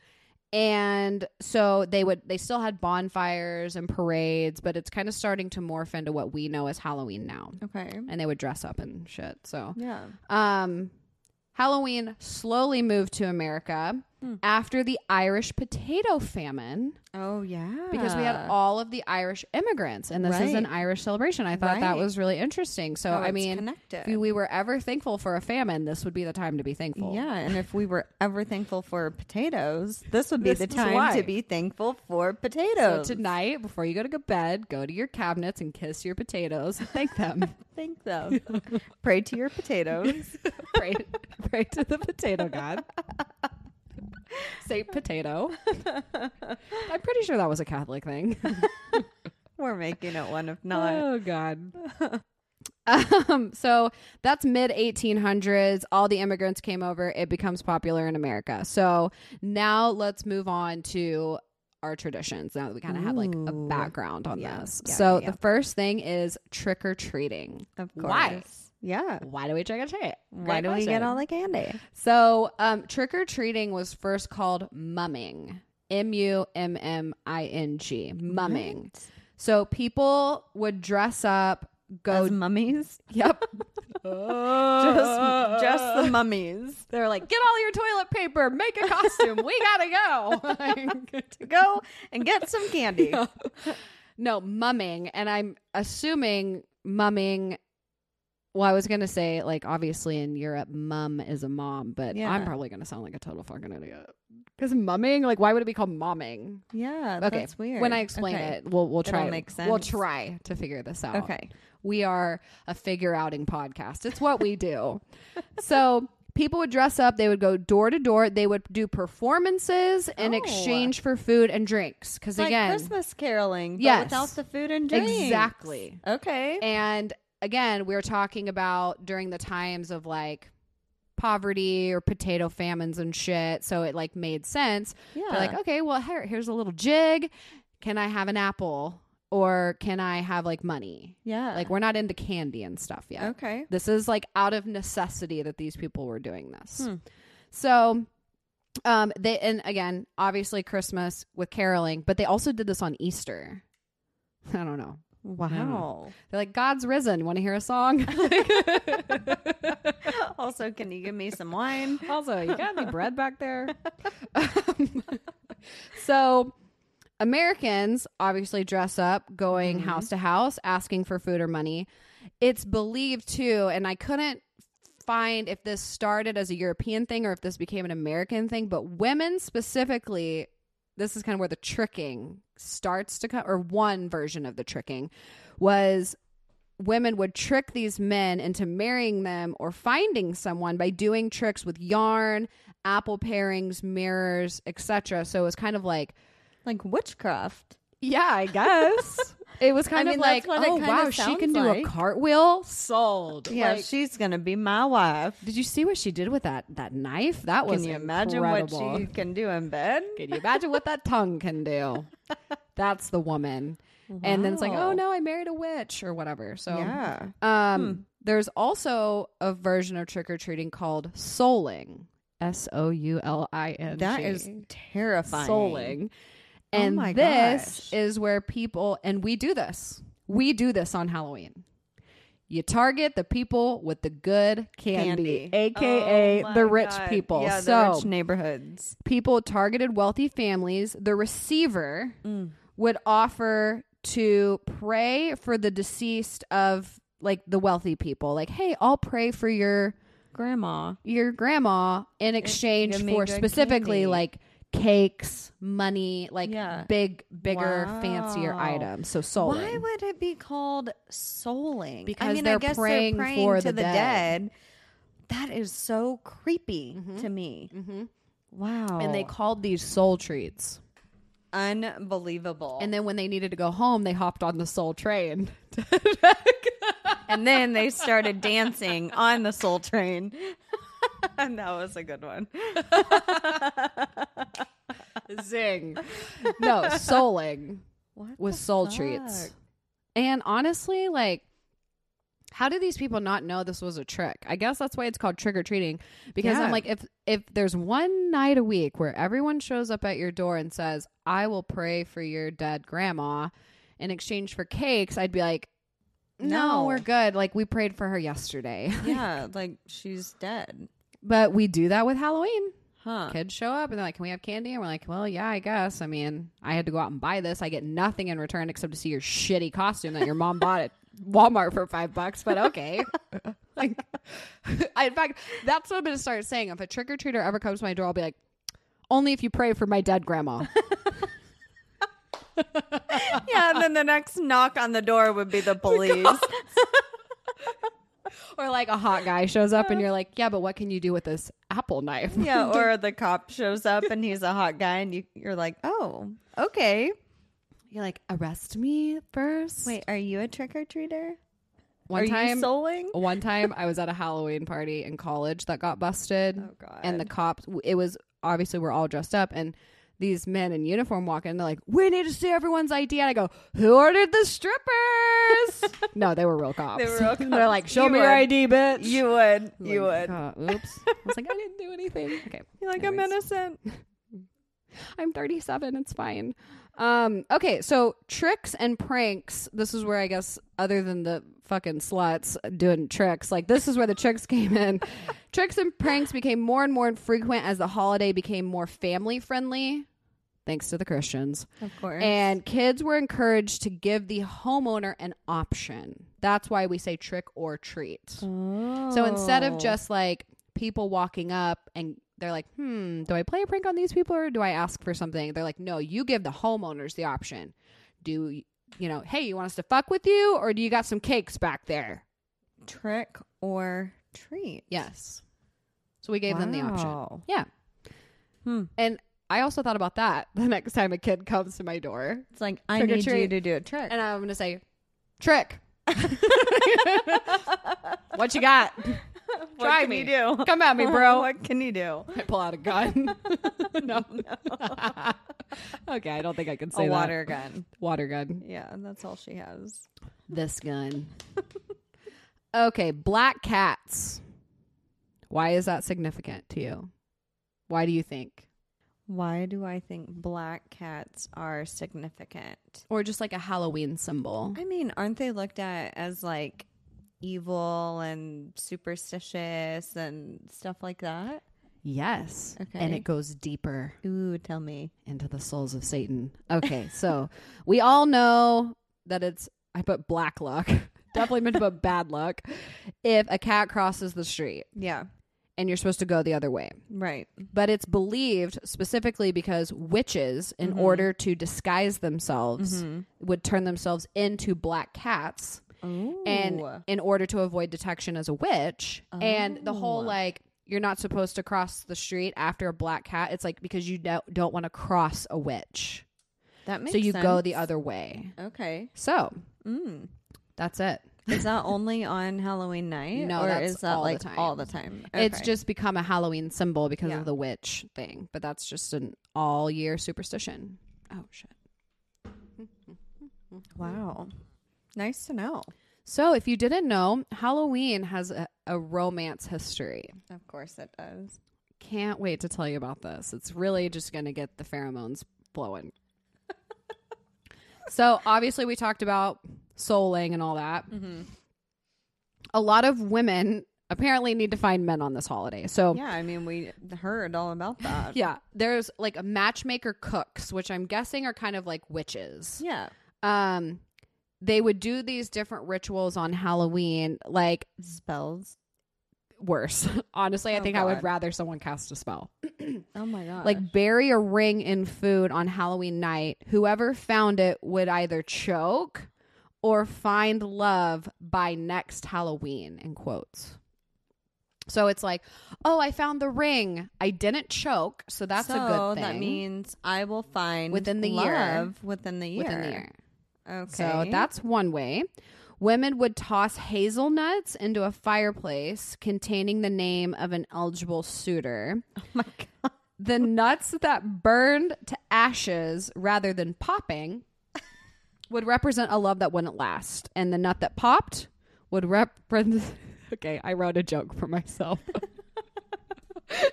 [SPEAKER 2] and so they would they still had bonfires and parades but it's kind of starting to morph into what we know as halloween now
[SPEAKER 1] okay.
[SPEAKER 2] and they would dress up and shit so
[SPEAKER 1] Yeah.
[SPEAKER 2] um, Halloween slowly moved to America.
[SPEAKER 1] Hmm.
[SPEAKER 2] after the Irish potato famine
[SPEAKER 1] Oh yeah.
[SPEAKER 2] because we had all of the Irish immigrants, and this is an
[SPEAKER 1] Ah. Right.
[SPEAKER 2] Irish celebration. I thought that
[SPEAKER 1] Right.
[SPEAKER 2] was really interesting. So
[SPEAKER 1] Oh,
[SPEAKER 2] I
[SPEAKER 1] it's
[SPEAKER 2] mean,
[SPEAKER 1] connected.
[SPEAKER 2] if we, we were ever thankful for a famine, this would be the time to be thankful.
[SPEAKER 1] Yeah, and if we were ever thankful for potatoes, this would be
[SPEAKER 2] This
[SPEAKER 1] the
[SPEAKER 2] is
[SPEAKER 1] time
[SPEAKER 2] why.
[SPEAKER 1] to be thankful for
[SPEAKER 2] So
[SPEAKER 1] potatoes.
[SPEAKER 2] tonight, before you go to go bed, go to your cabinets and kiss your
[SPEAKER 1] (laughs)
[SPEAKER 2] potatoes and thank them.
[SPEAKER 1] (laughs) Thank them.
[SPEAKER 2] (laughs)
[SPEAKER 1] Pray to your potatoes.
[SPEAKER 2] pray, pray to the potato
[SPEAKER 1] (laughs)
[SPEAKER 2] god. Say potato. I'm pretty sure that was a Catholic thing.
[SPEAKER 1] We're making it one
[SPEAKER 2] (laughs)
[SPEAKER 1] if not.
[SPEAKER 2] Oh God. (laughs) um, so that's mid 1800s. All the immigrants came over. It becomes popular in America. So now let's move on to our traditions. Now that we kind of have like a
[SPEAKER 1] Ooh.
[SPEAKER 2] background on
[SPEAKER 1] Yeah,
[SPEAKER 2] this.
[SPEAKER 1] yeah,
[SPEAKER 2] so
[SPEAKER 1] yeah, yeah.
[SPEAKER 2] the first thing is trick or treating.
[SPEAKER 1] Of course.
[SPEAKER 2] Why?
[SPEAKER 1] Yeah.
[SPEAKER 2] Why do we trick or treat?
[SPEAKER 1] Why
[SPEAKER 2] Great
[SPEAKER 1] do we get
[SPEAKER 2] question.
[SPEAKER 1] all the candy?
[SPEAKER 2] So, um, trick or treating was first called mumming. M U M M I N G. Mumming. So people would dress up, go.
[SPEAKER 1] As mummies?
[SPEAKER 2] (laughs) yep.
[SPEAKER 1] Just just (laughs) the mummies.
[SPEAKER 2] They're like, get all your toilet paper, make a costume. we gotta go. (laughs) Like,
[SPEAKER 1] Go and get some
[SPEAKER 2] (laughs)
[SPEAKER 1] candy.
[SPEAKER 2] no, mumming. And I'm assuming mumming. Well, I was gonna say, like, obviously in Europe, mum is a mom, but I'm
[SPEAKER 1] Yeah.
[SPEAKER 2] probably gonna sound like a total fucking idiot. Because mumming, like, why would it be called momming?
[SPEAKER 1] Yeah,
[SPEAKER 2] Okay,
[SPEAKER 1] that's weird.
[SPEAKER 2] When I explain
[SPEAKER 1] Okay.
[SPEAKER 2] it, we'll we'll
[SPEAKER 1] It'll
[SPEAKER 2] try.
[SPEAKER 1] make
[SPEAKER 2] We'll
[SPEAKER 1] sense.
[SPEAKER 2] try to figure this out.
[SPEAKER 1] Okay.
[SPEAKER 2] we are a figure outing podcast. It's what we do.
[SPEAKER 1] (laughs)
[SPEAKER 2] so people would dress up. They would go door to door. They would do performances in
[SPEAKER 1] Oh.
[SPEAKER 2] exchange for food and drinks. Because
[SPEAKER 1] Like
[SPEAKER 2] again,
[SPEAKER 1] Christmas caroling, but
[SPEAKER 2] Yes.
[SPEAKER 1] without the food and drinks.
[SPEAKER 2] Exactly.
[SPEAKER 1] Okay.
[SPEAKER 2] and again, we are talking about during the times of like poverty or potato famines and shit. So it like made sense. They're like,
[SPEAKER 1] Yeah.
[SPEAKER 2] okay, well, here, here's a little jig. Can I have an apple or can I have like money?
[SPEAKER 1] yeah.
[SPEAKER 2] Like, we're not into candy and stuff yet.
[SPEAKER 1] okay.
[SPEAKER 2] This is like out of necessity that these people were doing this. So, um, they, and again, obviously Christmas with caroling, but they also did this on Easter. (laughs) I don't know.
[SPEAKER 1] Wow. (laughs)
[SPEAKER 2] They're like, God's risen. Want to hear a song? (laughs)
[SPEAKER 1] also, can you give me some wine?
[SPEAKER 2] also, you got any bread back there? Um, (laughs) so, Americans obviously dress up, going house to house, asking for food or money. It's believed too, and I couldn't find if this started as a European thing or if this became an American thing, but women specifically, this is kind of where the tricking starts to come, or one version of the tricking was women would trick these men into marrying them or finding someone by doing tricks with yarn, apple pairings, mirrors, etc. So it was kind of like,
[SPEAKER 1] Like witchcraft.
[SPEAKER 2] yeah, I guess. (laughs) it was kind
[SPEAKER 1] I
[SPEAKER 2] of
[SPEAKER 1] mean, that's
[SPEAKER 2] like,
[SPEAKER 1] what it
[SPEAKER 2] oh
[SPEAKER 1] kinda
[SPEAKER 2] wow, she
[SPEAKER 1] sounds
[SPEAKER 2] can do a
[SPEAKER 1] like.
[SPEAKER 2] cartwheel, sold.
[SPEAKER 1] Yeah,
[SPEAKER 2] Like,
[SPEAKER 1] she's gonna be my wife.
[SPEAKER 2] did you see what she did with that that knife? That was
[SPEAKER 1] Can you imagine
[SPEAKER 2] incredible.
[SPEAKER 1] what (laughs) she can do in bed?
[SPEAKER 2] Can you imagine what that tongue
[SPEAKER 1] (laughs)
[SPEAKER 2] can do? That's the woman. And then it's like,
[SPEAKER 1] Wow.
[SPEAKER 2] oh no, I married a witch or whatever. So
[SPEAKER 1] Yeah.
[SPEAKER 2] Um,
[SPEAKER 1] Hmm.
[SPEAKER 2] There's also a version of trick or treating called souling. S O U L I N.
[SPEAKER 1] That is terrifying.
[SPEAKER 2] souling. And
[SPEAKER 1] my
[SPEAKER 2] this
[SPEAKER 1] gosh.
[SPEAKER 2] is where people, and we do this, we do this on Halloween. You target the people with the good candy,
[SPEAKER 1] Candy.
[SPEAKER 2] aka
[SPEAKER 1] Oh my
[SPEAKER 2] the rich
[SPEAKER 1] God.
[SPEAKER 2] people.
[SPEAKER 1] Yeah,
[SPEAKER 2] so
[SPEAKER 1] the rich neighborhoods.
[SPEAKER 2] people targeted wealthy families, the receiver would offer to pray for the deceased of like the wealthy people. Like, hey, I'll pray for your
[SPEAKER 1] Grandma.
[SPEAKER 2] your grandma in exchange
[SPEAKER 1] give me
[SPEAKER 2] for
[SPEAKER 1] good
[SPEAKER 2] specifically
[SPEAKER 1] candy.
[SPEAKER 2] like cakes, money, like
[SPEAKER 1] Yeah.
[SPEAKER 2] big, bigger, fancier
[SPEAKER 1] Wow.
[SPEAKER 2] items. So soul.
[SPEAKER 1] Why would it be called souling?
[SPEAKER 2] Because
[SPEAKER 1] I mean,
[SPEAKER 2] they're
[SPEAKER 1] I guess
[SPEAKER 2] praying
[SPEAKER 1] they're praying
[SPEAKER 2] for
[SPEAKER 1] to
[SPEAKER 2] the
[SPEAKER 1] the,
[SPEAKER 2] dead.
[SPEAKER 1] dead. Mm-hmm. That is so creepy to me. Wow.
[SPEAKER 2] and they called these soul treats.
[SPEAKER 1] unbelievable.
[SPEAKER 2] And then when they needed to go home, they hopped on the soul train. (laughs)
[SPEAKER 1] and then they started dancing on the soul train. (laughs) and that was a good one. (laughs)
[SPEAKER 2] Zing. (laughs) no, souling
[SPEAKER 1] What
[SPEAKER 2] with soul treats. And honestly, like, how do these people not know this was a trick? I guess that's why it's called trick or treating. Because I'm
[SPEAKER 1] Yeah.
[SPEAKER 2] like, if if there's one night a week where everyone shows up at your door and says, "I will pray for your dead grandma," in exchange for cakes, I'd be like, "No,
[SPEAKER 1] No.
[SPEAKER 2] we're good. Like, we prayed for her yesterday." (laughs)
[SPEAKER 1] Yeah, like she's dead.
[SPEAKER 2] but we do that with Halloween.
[SPEAKER 1] Huh.
[SPEAKER 2] kids show up and they're like, "Can we have candy?" And we're like, "Well, yeah, I guess. I mean, I had to go out and buy this. I get nothing in return except to see your shitty costume that your mom bought (laughs) at Walmart for five bucks." But okay. (laughs) like, I, in fact, that's what I'm going to start saying. If a trick or treater ever comes to my door, I'll be like, "Only if you pray for my dead (laughs) grandma."
[SPEAKER 1] (laughs) yeah, and then the next knock on the door would (laughs) be the police.
[SPEAKER 2] or like a hot guy shows up and you're like, "Yeah, but what can you do with this apple knife?"
[SPEAKER 1] yeah, (laughs) or the cop shows up and he's a hot guy, and you, you're like, oh, okay.
[SPEAKER 2] You're like, "Arrest me first.
[SPEAKER 1] Wait, are you a trick or treater?
[SPEAKER 2] one
[SPEAKER 1] are
[SPEAKER 2] time oh,
[SPEAKER 1] you souling?
[SPEAKER 2] One time I was at a Halloween party in college that got busted.
[SPEAKER 1] Oh, God.
[SPEAKER 2] And the cops, it was obviously we're all dressed up and these men in uniform walk in. They're like, we need to see everyone's ID. And I go, who ordered
[SPEAKER 1] (laughs)
[SPEAKER 2] the strippers? no, they were real cops.
[SPEAKER 1] They were real
[SPEAKER 2] (laughs) are like,
[SPEAKER 1] cops.
[SPEAKER 2] show
[SPEAKER 1] You
[SPEAKER 2] me your
[SPEAKER 1] would.
[SPEAKER 2] ID, bitch.
[SPEAKER 1] You would.
[SPEAKER 2] I'm
[SPEAKER 1] You
[SPEAKER 2] like,
[SPEAKER 1] would.
[SPEAKER 2] "Oh, oops. I was like, I didn't do anything.
[SPEAKER 1] (laughs)
[SPEAKER 2] Okay.
[SPEAKER 1] You're like,
[SPEAKER 2] Anyways.
[SPEAKER 1] I'm innocent.
[SPEAKER 2] I'm 37. It's fine. Um, okay, so tricks and pranks. This is where I guess, other than the fucking sluts doing tricks, like this is where the tricks (laughs) came in. tricks and pranks became more and more frequent as the holiday became more family friendly, thanks to the Christians.
[SPEAKER 1] Of course.
[SPEAKER 2] And kids were encouraged to give the homeowner an option. That's why we say trick or treat. So instead
[SPEAKER 1] Oh.
[SPEAKER 2] of just like people walking up and they're like, hmm, do I play a prank on these people or do I ask for something? They're like, no, you give the homeowners the option. Do y- you know, hey, you want us to fuck with you or do you got some cakes back there?
[SPEAKER 1] Oh. trick or treat.
[SPEAKER 2] Yes. So we gave them the option.
[SPEAKER 1] Wow.
[SPEAKER 2] Yeah.
[SPEAKER 1] Hmm.
[SPEAKER 2] And I also thought about that (laughs) the next time a kid comes to my door
[SPEAKER 1] It's like I
[SPEAKER 2] Trick or
[SPEAKER 1] need you
[SPEAKER 2] treat.
[SPEAKER 1] to do a trick. (laughs)
[SPEAKER 2] and I'm going to say, trick. (laughs) what you got?
[SPEAKER 1] What
[SPEAKER 2] Try
[SPEAKER 1] can
[SPEAKER 2] me.
[SPEAKER 1] you do? (laughs)
[SPEAKER 2] Come at me, bro.
[SPEAKER 1] What can you do?
[SPEAKER 2] (laughs) I pull out a gun. no. (laughs) okay, I don't think I can say
[SPEAKER 1] a
[SPEAKER 2] that.
[SPEAKER 1] water gun.
[SPEAKER 2] water gun.
[SPEAKER 1] Yeah, that's all she has.
[SPEAKER 2] This gun. (laughs) okay, black cats. Why is that significant to you? Why do you think?
[SPEAKER 1] Why do I think black cats are significant?
[SPEAKER 2] Or just like a Halloween symbol.
[SPEAKER 1] I mean, aren't they looked at as like evil and superstitious and stuff like that?
[SPEAKER 2] Yes. And
[SPEAKER 1] Okay.
[SPEAKER 2] it goes deeper
[SPEAKER 1] Ooh, tell me.
[SPEAKER 2] into the souls of Satan. Okay, so (laughs) we all know that it's I put black luck. (laughs) Definitely meant to put bad luck. If a cat crosses the street
[SPEAKER 1] Yeah,
[SPEAKER 2] and you're supposed to go the other way.
[SPEAKER 1] right.
[SPEAKER 2] but it's believed specifically because witches in
[SPEAKER 1] Mm-hmm.
[SPEAKER 2] order to disguise themselves would turn themselves into black cats
[SPEAKER 1] Ooh.
[SPEAKER 2] and in order to avoid detection as a witch and the
[SPEAKER 1] Oh.
[SPEAKER 2] whole like you're not supposed to cross the street after a black cat it's like because you don't, don't want to cross a witch
[SPEAKER 1] that makes
[SPEAKER 2] so you go
[SPEAKER 1] sense.
[SPEAKER 2] the other way
[SPEAKER 1] Okay.
[SPEAKER 2] so
[SPEAKER 1] Mm.
[SPEAKER 2] that's it
[SPEAKER 1] Is that only on Halloween night?
[SPEAKER 2] No,
[SPEAKER 1] or
[SPEAKER 2] that's
[SPEAKER 1] is that
[SPEAKER 2] all the
[SPEAKER 1] like
[SPEAKER 2] time.
[SPEAKER 1] all the time?
[SPEAKER 2] it's
[SPEAKER 1] Okay.
[SPEAKER 2] just become a halloween symbol because
[SPEAKER 1] Yeah.
[SPEAKER 2] of the witch thing but that's just an all year superstition oh shit
[SPEAKER 1] wow. Nice to know.
[SPEAKER 2] So, if you didn't know, Halloween has a, a romance history.
[SPEAKER 1] Of course it does.
[SPEAKER 2] Can't wait to tell you about this. It's really just going to get the pheromones blowing. so, obviously, we talked about souling and all that. A lot of women apparently need to find men on this holiday. So,
[SPEAKER 1] Yeah, I mean we heard all about
[SPEAKER 2] (laughs)
[SPEAKER 1] that.
[SPEAKER 2] yeah, there's like a matchmaker cooks, which I'm guessing are kind of like witches.
[SPEAKER 1] yeah.
[SPEAKER 2] Um, they would do these different rituals on Halloween, like
[SPEAKER 1] Spells.
[SPEAKER 2] worse. (laughs) Honestly, I
[SPEAKER 1] Oh,
[SPEAKER 2] think I would
[SPEAKER 1] God.
[SPEAKER 2] rather someone cast a spell.
[SPEAKER 1] Oh my god.
[SPEAKER 2] Like bury a ring in food on Halloween night. Whoever found it would either choke or find love by next Halloween in quotes. So it's like, "Oh, I found the ring. I didn't choke, so that's a
[SPEAKER 1] So
[SPEAKER 2] good thing."
[SPEAKER 1] That means I will find
[SPEAKER 2] Within the year.
[SPEAKER 1] love within the year.
[SPEAKER 2] within the year.
[SPEAKER 1] Okay.
[SPEAKER 2] So that's one way. Women would toss hazelnuts into a fireplace containing the name of an eligible suitor.
[SPEAKER 1] oh (laughs) my god.
[SPEAKER 2] the nuts that burned to ashes rather than popping would represent a love that wouldn't last and the nut that popped would represent (laughs) okay i wrote a joke for myself (laughs) i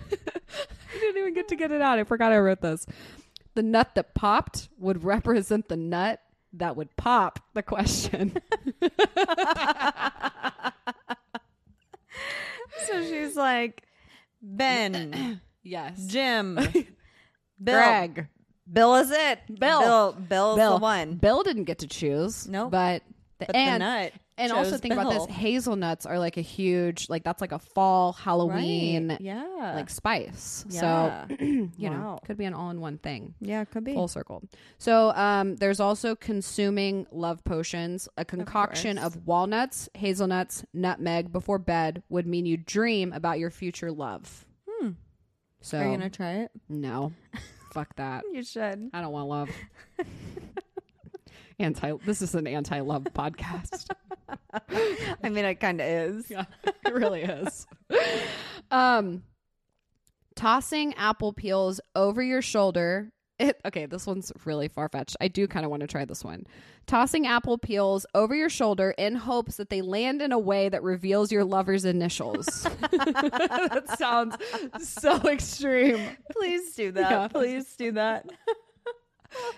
[SPEAKER 2] didn't even get to get it out i forgot i wrote this the nut that popped would represent the nut that would pop the question
[SPEAKER 1] (laughs)
[SPEAKER 2] (clears throat)
[SPEAKER 1] So she's like, Ben,
[SPEAKER 2] Yes. (laughs)
[SPEAKER 1] Jim, Bill,
[SPEAKER 2] Greg.
[SPEAKER 1] Bill is it?
[SPEAKER 2] Bill.
[SPEAKER 1] Bill, Bill's
[SPEAKER 2] Bill.
[SPEAKER 1] the one.
[SPEAKER 2] Bill didn't get to choose.
[SPEAKER 1] Nope.
[SPEAKER 2] But the,
[SPEAKER 1] But the
[SPEAKER 2] and,
[SPEAKER 1] nut
[SPEAKER 2] And also
[SPEAKER 1] chose
[SPEAKER 2] think about
[SPEAKER 1] Bill.
[SPEAKER 2] this: hazelnuts are like a huge, like that's like a fall Halloween,
[SPEAKER 1] Right. Yeah.
[SPEAKER 2] like spice.
[SPEAKER 1] Yeah.
[SPEAKER 2] So (clears throat) you know,
[SPEAKER 1] (clears throat) Wow.
[SPEAKER 2] could be an all-in-one thing.
[SPEAKER 1] yeah, could be.
[SPEAKER 2] Full circle. So um, there's also consuming love potions. A concoction of,
[SPEAKER 1] course.
[SPEAKER 2] walnuts, hazelnuts, nutmeg before bed would mean you dream about your future love. Hmm. So
[SPEAKER 1] Are you gonna try it? (laughs)
[SPEAKER 2] no, fuck that.
[SPEAKER 1] You should.
[SPEAKER 2] I don't
[SPEAKER 1] (laughs)
[SPEAKER 2] want love. anti. This is an anti-love podcast.
[SPEAKER 1] (laughs) I mean, it kind of (laughs) is.
[SPEAKER 2] Yeah, it really is. um, tossing apple peels over your shoulder. It, okay, this one's really far fetched. I do kind of want to try this one. Tossing apple peels over your shoulder in hopes that they land in a way that reveals your lover's initials. (laughs) that sounds so extreme.
[SPEAKER 1] Please
[SPEAKER 2] (laughs)
[SPEAKER 1] do that.
[SPEAKER 2] Yeah.
[SPEAKER 1] Please do
[SPEAKER 2] (laughs)
[SPEAKER 1] that.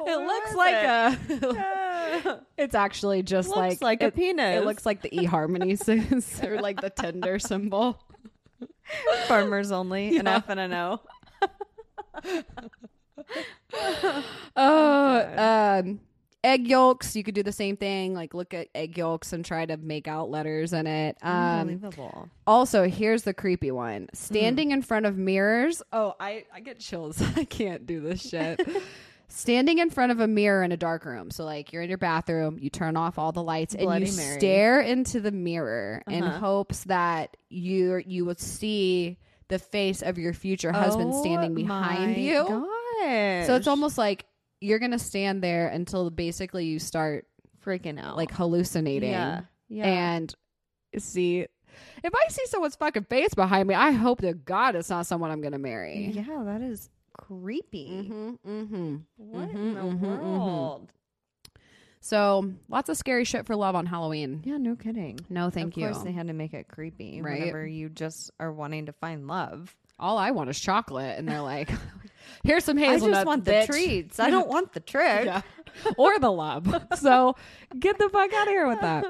[SPEAKER 2] It looks like a. (laughs)
[SPEAKER 1] (laughs) a
[SPEAKER 2] It's actually just
[SPEAKER 1] looks
[SPEAKER 2] like
[SPEAKER 1] like, a
[SPEAKER 2] it-
[SPEAKER 1] penis.
[SPEAKER 2] It looks like the eHarmony (laughs) sys- or like the Tinder symbol.
[SPEAKER 1] farmers only. (laughs) An F and an O.
[SPEAKER 2] Oh, um, egg yolks. You could do the same thing. Like look at egg yolks and try to make out letters in it. Um,
[SPEAKER 1] Unbelievable.
[SPEAKER 2] also, here's the creepy one: standing in front of mirrors. Hmm. Oh, I I get chills. (laughs) I can't do this shit. (laughs) standing in front of a mirror in a dark room. So like you're in your bathroom, you turn off all the lights,
[SPEAKER 1] Bloody
[SPEAKER 2] and you
[SPEAKER 1] Mary.
[SPEAKER 2] stare into the mirror in hopes that you you will see the face of your future husband
[SPEAKER 1] Oh
[SPEAKER 2] standing behind you. So it's almost like you're gonna stand there until basically you start
[SPEAKER 1] freaking out.
[SPEAKER 2] like hallucinating.
[SPEAKER 1] Yeah, yeah.
[SPEAKER 2] And see if I see someone's fucking face behind me, I hope to God it's not someone I'm gonna marry.
[SPEAKER 1] yeah, that is creepy.
[SPEAKER 2] Mm-hmm, mm-hmm.
[SPEAKER 1] What
[SPEAKER 2] Mhm,
[SPEAKER 1] in the
[SPEAKER 2] mhm, mhm.
[SPEAKER 1] world?
[SPEAKER 2] So lots of scary shit for love on Halloween.
[SPEAKER 1] Yeah, no kidding.
[SPEAKER 2] No, thank
[SPEAKER 1] of
[SPEAKER 2] you.
[SPEAKER 1] course, they had to make it creepy.
[SPEAKER 2] Right.
[SPEAKER 1] Whenever you just are wanting to find
[SPEAKER 2] (laughs)
[SPEAKER 1] love,
[SPEAKER 2] All I want is chocolate, and they're like, (laughs) "Here's some
[SPEAKER 1] I
[SPEAKER 2] hazelnuts."
[SPEAKER 1] just want
[SPEAKER 2] bitch."
[SPEAKER 1] the treats.
[SPEAKER 2] (laughs)
[SPEAKER 1] I don't want the trick.
[SPEAKER 2] Yeah. or the love. (laughs) So get the fuck out of here with that.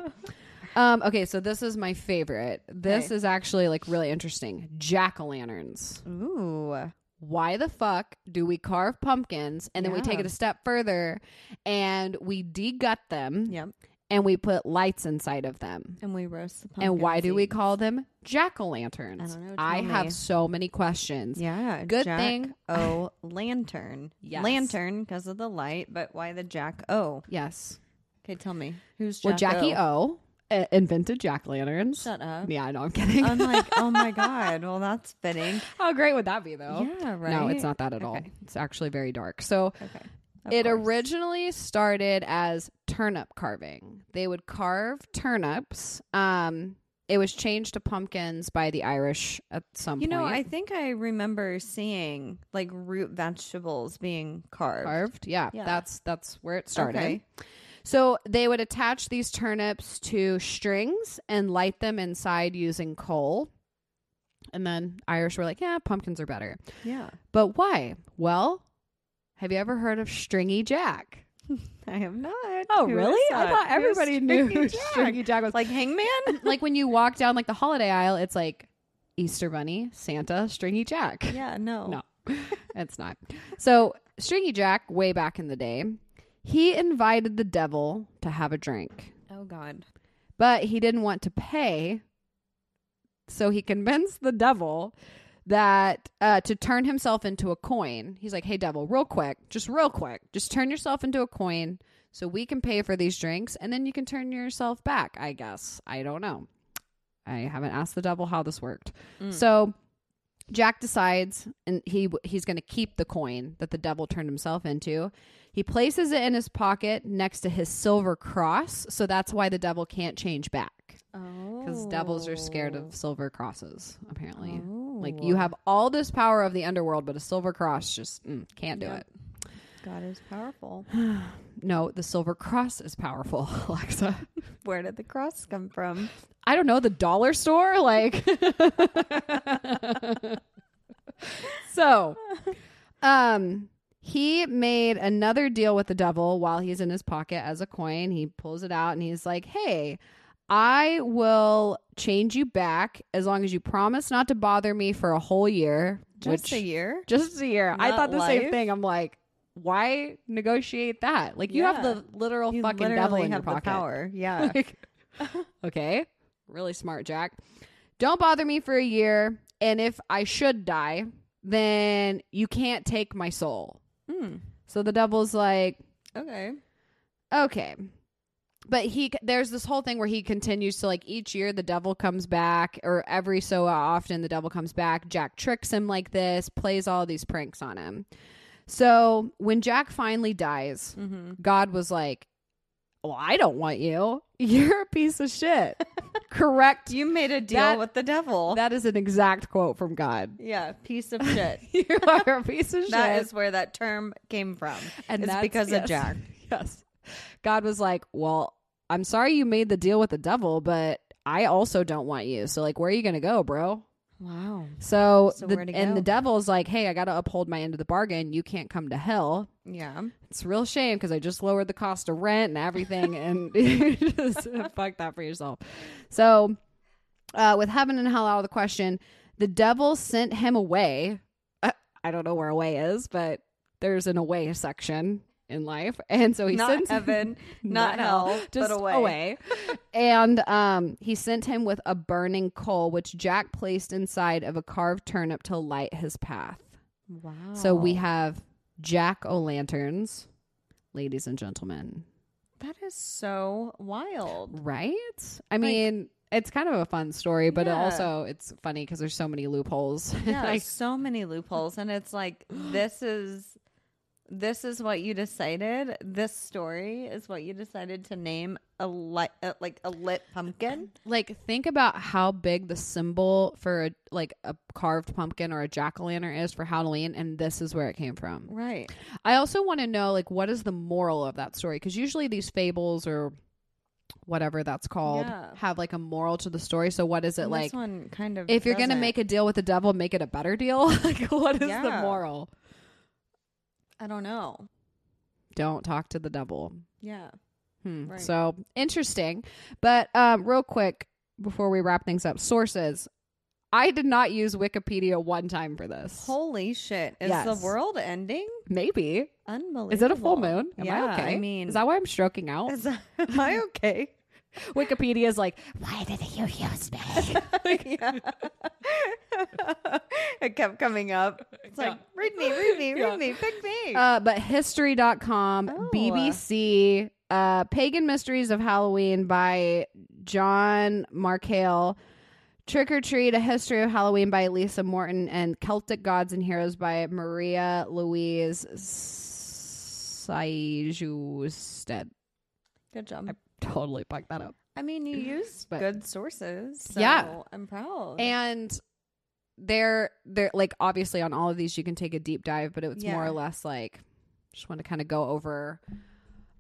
[SPEAKER 2] Um, okay, so this is my favorite. This
[SPEAKER 1] Okay.
[SPEAKER 2] is actually like really interesting. Jack o' lanterns.
[SPEAKER 1] Ooh,
[SPEAKER 2] Why the fuck do we carve pumpkins and then we
[SPEAKER 1] Yeah.
[SPEAKER 2] take it a step further and we degut them
[SPEAKER 1] yep.
[SPEAKER 2] and we put lights inside of them?
[SPEAKER 1] And we roast the pumpkin.
[SPEAKER 2] And why do we
[SPEAKER 1] seeds.
[SPEAKER 2] call them jack o' lanterns?
[SPEAKER 1] I don't know,
[SPEAKER 2] I
[SPEAKER 1] tell me.
[SPEAKER 2] have so many questions.
[SPEAKER 1] Yeah,
[SPEAKER 2] Good
[SPEAKER 1] Jack
[SPEAKER 2] thing-
[SPEAKER 1] O lantern.
[SPEAKER 2] Yes.
[SPEAKER 1] Lantern because of the light, but why the Jack O?
[SPEAKER 2] Yes.
[SPEAKER 1] Okay, tell me who's Jack
[SPEAKER 2] Well, Jackie
[SPEAKER 1] O?
[SPEAKER 2] O, uh, invented jack o' lanterns.
[SPEAKER 1] Shut up.
[SPEAKER 2] Yeah, I know. I'm kidding.
[SPEAKER 1] I'm like, oh my god. Well, that's (laughs) fitting.
[SPEAKER 2] (laughs) How great would that be, though?
[SPEAKER 1] Yeah,
[SPEAKER 2] No,
[SPEAKER 1] right?
[SPEAKER 2] it's not that at all.
[SPEAKER 1] Okay.
[SPEAKER 2] It's actually very dark. So
[SPEAKER 1] Okay. Of
[SPEAKER 2] it
[SPEAKER 1] course.
[SPEAKER 2] originally started as turnip carving. They would carve turnips. Um, it was changed to pumpkins by the Irish at some
[SPEAKER 1] You
[SPEAKER 2] point.
[SPEAKER 1] know, I think I remember seeing like root vegetables being carved.
[SPEAKER 2] carved. Yeah,
[SPEAKER 1] Yeah.
[SPEAKER 2] that's that's where it started.
[SPEAKER 1] Okay.
[SPEAKER 2] So they would attach these turnips to strings and light them inside using coal. And then Irish were like, "Yeah, pumpkins are better."
[SPEAKER 1] Yeah.
[SPEAKER 2] But why? Well, have you ever heard of stringy jack?
[SPEAKER 1] I have not.
[SPEAKER 2] Oh,
[SPEAKER 1] Who is
[SPEAKER 2] really? I
[SPEAKER 1] that?
[SPEAKER 2] thought
[SPEAKER 1] Who's (laughs)
[SPEAKER 2] everybody knew
[SPEAKER 1] Tricky
[SPEAKER 2] who
[SPEAKER 1] Jack?
[SPEAKER 2] Stringy Jack was. Like,
[SPEAKER 1] Like Hangman?
[SPEAKER 2] (laughs) like when you walk down like the holiday aisle, it's like Easter Bunny, Santa, Stringy Jack.
[SPEAKER 1] yeah, no.
[SPEAKER 2] No, it's not. So Stringy Jack, way back in the day, he invited the devil to have a drink,
[SPEAKER 1] Oh god.
[SPEAKER 2] but he didn't want to pay, so he convinced the devil that uh, to turn himself into a coin. He's like, "Hey, devil, real quick, just real quick, just turn yourself into a coin." so we can pay for these drinks and then you can turn yourself back i guess i don't know i haven't asked the devil how this worked so jack decides and he he's going to keep the coin that the devil turned himself into he places it in his pocket next to his silver cross so that's why the devil can't change back
[SPEAKER 1] Oh.
[SPEAKER 2] because devils are scared of silver crosses apparently like
[SPEAKER 1] Oh.
[SPEAKER 2] you have all this power of the underworld but a silver cross just mm, can't do it
[SPEAKER 1] God is powerful.
[SPEAKER 2] no the silver cross is powerful (laughs) alexa
[SPEAKER 1] Where did the cross come from?
[SPEAKER 2] (laughs) I don't know, the dollar store? Like (laughs) So um he made another deal with the devil while he's in his pocket as a coin. He pulls it out and he's like, "Hey, I will change you back as long as you promise not to bother me for a whole year."
[SPEAKER 1] Just
[SPEAKER 2] which-
[SPEAKER 1] a year?
[SPEAKER 2] just a year. I
[SPEAKER 1] Not
[SPEAKER 2] thought the same
[SPEAKER 1] life.
[SPEAKER 2] thing. I'm like, why negotiate that? Like you have
[SPEAKER 1] Yeah.
[SPEAKER 2] the literal
[SPEAKER 1] You
[SPEAKER 2] fucking devil
[SPEAKER 1] literally
[SPEAKER 2] in your
[SPEAKER 1] have the
[SPEAKER 2] pocket.
[SPEAKER 1] power.
[SPEAKER 2] (laughs)
[SPEAKER 1] Yeah.
[SPEAKER 2] Like, okay, really smart, Jack. Don't bother me for a year, and if I should die, then you can't take my soul.
[SPEAKER 1] Hmm.
[SPEAKER 2] So the devil's like,
[SPEAKER 1] okay.
[SPEAKER 2] okay but he there's this whole thing where he continues to like each year the devil comes back or every so often the devil comes back jack tricks him like this plays all these pranks on him so when jack finally dies
[SPEAKER 1] Mm-hmm.
[SPEAKER 2] god was like well i don't want you (laughs) you're a piece of shit
[SPEAKER 1] (laughs)
[SPEAKER 2] correct
[SPEAKER 1] You made a deal
[SPEAKER 2] That-
[SPEAKER 1] with the devil.
[SPEAKER 2] that is an exact quote from god (laughs)
[SPEAKER 1] yeah, piece of shit. (laughs)
[SPEAKER 2] you are a piece of shit
[SPEAKER 1] that is where that term came from.
[SPEAKER 2] and
[SPEAKER 1] it's
[SPEAKER 2] that's-
[SPEAKER 1] because
[SPEAKER 2] yes.
[SPEAKER 1] of Jack.
[SPEAKER 2] (laughs) yes. God was like, "Well, I'm sorry you made the deal with the devil, but I also don't want you. So like, where are you going to go, bro?"
[SPEAKER 1] Wow.
[SPEAKER 2] So,
[SPEAKER 1] So
[SPEAKER 2] the,
[SPEAKER 1] where to
[SPEAKER 2] and
[SPEAKER 1] go?
[SPEAKER 2] the devil's like, "Hey, I got to uphold my end of the bargain. You can't come to hell.
[SPEAKER 1] Yeah.
[SPEAKER 2] It's a real shame because I just lowered the cost of rent and
[SPEAKER 1] (laughs)
[SPEAKER 2] everything, and (laughs) you just fuck that for yourself." So, uh, with heaven and hell out of the question, the devil sent him away. Uh, I don't know where away is, but there's an away section in life, and so he
[SPEAKER 1] Not
[SPEAKER 2] sends (laughs)
[SPEAKER 1] heaven, not, hell,
[SPEAKER 2] just
[SPEAKER 1] but away. (laughs)
[SPEAKER 2] and um, he sent him with a burning coal, which Jack placed inside of a carved turnip to light his path.
[SPEAKER 1] Wow.
[SPEAKER 2] So we
[SPEAKER 1] Oh.
[SPEAKER 2] have Jack o' lanterns, ladies and gentlemen.
[SPEAKER 1] that is so
[SPEAKER 2] (laughs)
[SPEAKER 1] wild.
[SPEAKER 2] Right? I mean, it's kind of a fun story, but it
[SPEAKER 1] Yeah.
[SPEAKER 2] also it's funny because there's so many loopholes. (laughs)
[SPEAKER 1] Yeah,
[SPEAKER 2] Like,
[SPEAKER 1] so many loopholes, and it's
[SPEAKER 2] (gasps)
[SPEAKER 1] like this is this is what you decided. This story is what you decided to name a lit, uh, like a lit pumpkin.
[SPEAKER 2] like think about how big the symbol for a, like a carved pumpkin or a jack o' lantern is for Halloween, and this is where it came from.
[SPEAKER 1] Right.
[SPEAKER 2] I also want to know like what is the moral of that story because usually these fables or whatever that's called
[SPEAKER 1] Yeah.
[SPEAKER 2] have like a moral to the story. So what is it
[SPEAKER 1] And
[SPEAKER 2] like?
[SPEAKER 1] this one kind of
[SPEAKER 2] If you're gonna
[SPEAKER 1] doesn't.
[SPEAKER 2] make a deal with the devil, make it a better deal. (laughs) like what is the
[SPEAKER 1] Yeah.
[SPEAKER 2] moral?
[SPEAKER 1] I don't know.
[SPEAKER 2] Don't talk to the devil.
[SPEAKER 1] Yeah.
[SPEAKER 2] Hmm.
[SPEAKER 1] Right.
[SPEAKER 2] So interesting. But um, real quick before we wrap things up, sources. I did not use Wikipedia one time for this.
[SPEAKER 1] Holy shit. Is the
[SPEAKER 2] Yes.
[SPEAKER 1] world ending?
[SPEAKER 2] Maybe
[SPEAKER 1] Unbelievable.
[SPEAKER 2] is it a full moon? Am
[SPEAKER 1] yeah,
[SPEAKER 2] I okay?
[SPEAKER 1] mean, (laughs)
[SPEAKER 2] is that why I'm stroking out?
[SPEAKER 1] is that- am I okay?
[SPEAKER 2] (laughs)
[SPEAKER 1] (laughs)
[SPEAKER 2] Wikipedia is like, why did you use me?
[SPEAKER 1] yeah. (laughs) it kept coming up. It's like, read me, read me, read
[SPEAKER 2] Yeah.
[SPEAKER 1] me, pick me.
[SPEAKER 2] uh, but history.com,
[SPEAKER 1] Oh.
[SPEAKER 2] BBC, uh, Pagan Mysteries of Halloween by John Markale, Trick or Treat, A History of Halloween by Lisa Morton, and Celtic Gods and Heroes by Maria Louise Saijusted.
[SPEAKER 1] good job.
[SPEAKER 2] Totally fucked that up.
[SPEAKER 1] I mean,
[SPEAKER 2] (clears throat)
[SPEAKER 1] you use
[SPEAKER 2] But-
[SPEAKER 1] good sources. So
[SPEAKER 2] Yeah.
[SPEAKER 1] I'm proud.
[SPEAKER 2] and they're they're like obviously on all of these you can take a deep dive but it's more
[SPEAKER 1] Yeah.
[SPEAKER 2] or less like just want to kind of go over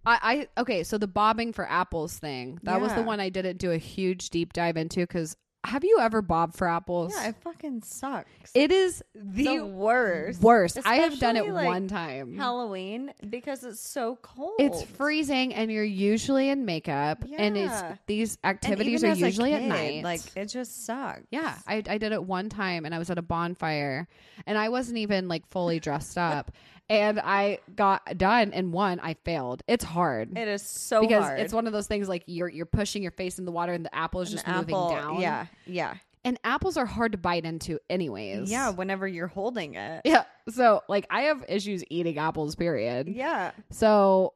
[SPEAKER 2] I, I okay so the bobbing for apples thing that was the
[SPEAKER 1] Yeah.
[SPEAKER 2] one i didn't do a huge deep dive into because have you ever bobbed for apples
[SPEAKER 1] yeah, it fucking sucks.
[SPEAKER 2] it is the,
[SPEAKER 1] the worst.
[SPEAKER 2] worst i have done it
[SPEAKER 1] Especially, like,
[SPEAKER 2] one time
[SPEAKER 1] Halloween because it's so cold.
[SPEAKER 2] it's freezing and you're usually in makeup and it's
[SPEAKER 1] Yeah.
[SPEAKER 2] these
[SPEAKER 1] And
[SPEAKER 2] activities
[SPEAKER 1] even
[SPEAKER 2] are
[SPEAKER 1] as a
[SPEAKER 2] usually at
[SPEAKER 1] kid,
[SPEAKER 2] night
[SPEAKER 1] Like, it just sucks.
[SPEAKER 2] Yeah, I, I did it one time and I was at a bonfire and I wasn't even like fully
[SPEAKER 1] (laughs)
[SPEAKER 2] dressed up. And I got done and one, I failed. It's hard.
[SPEAKER 1] It is so
[SPEAKER 2] because
[SPEAKER 1] hard.
[SPEAKER 2] it's one of those things like you're you're pushing your face in the water and the apple is
[SPEAKER 1] An
[SPEAKER 2] just moving down.
[SPEAKER 1] Yeah, yeah,
[SPEAKER 2] And apples are hard to bite into anyways.
[SPEAKER 1] yeah. Whenever you're holding it,
[SPEAKER 2] (laughs) Yeah. So like I have issues eating apples, period.
[SPEAKER 1] yeah,
[SPEAKER 2] So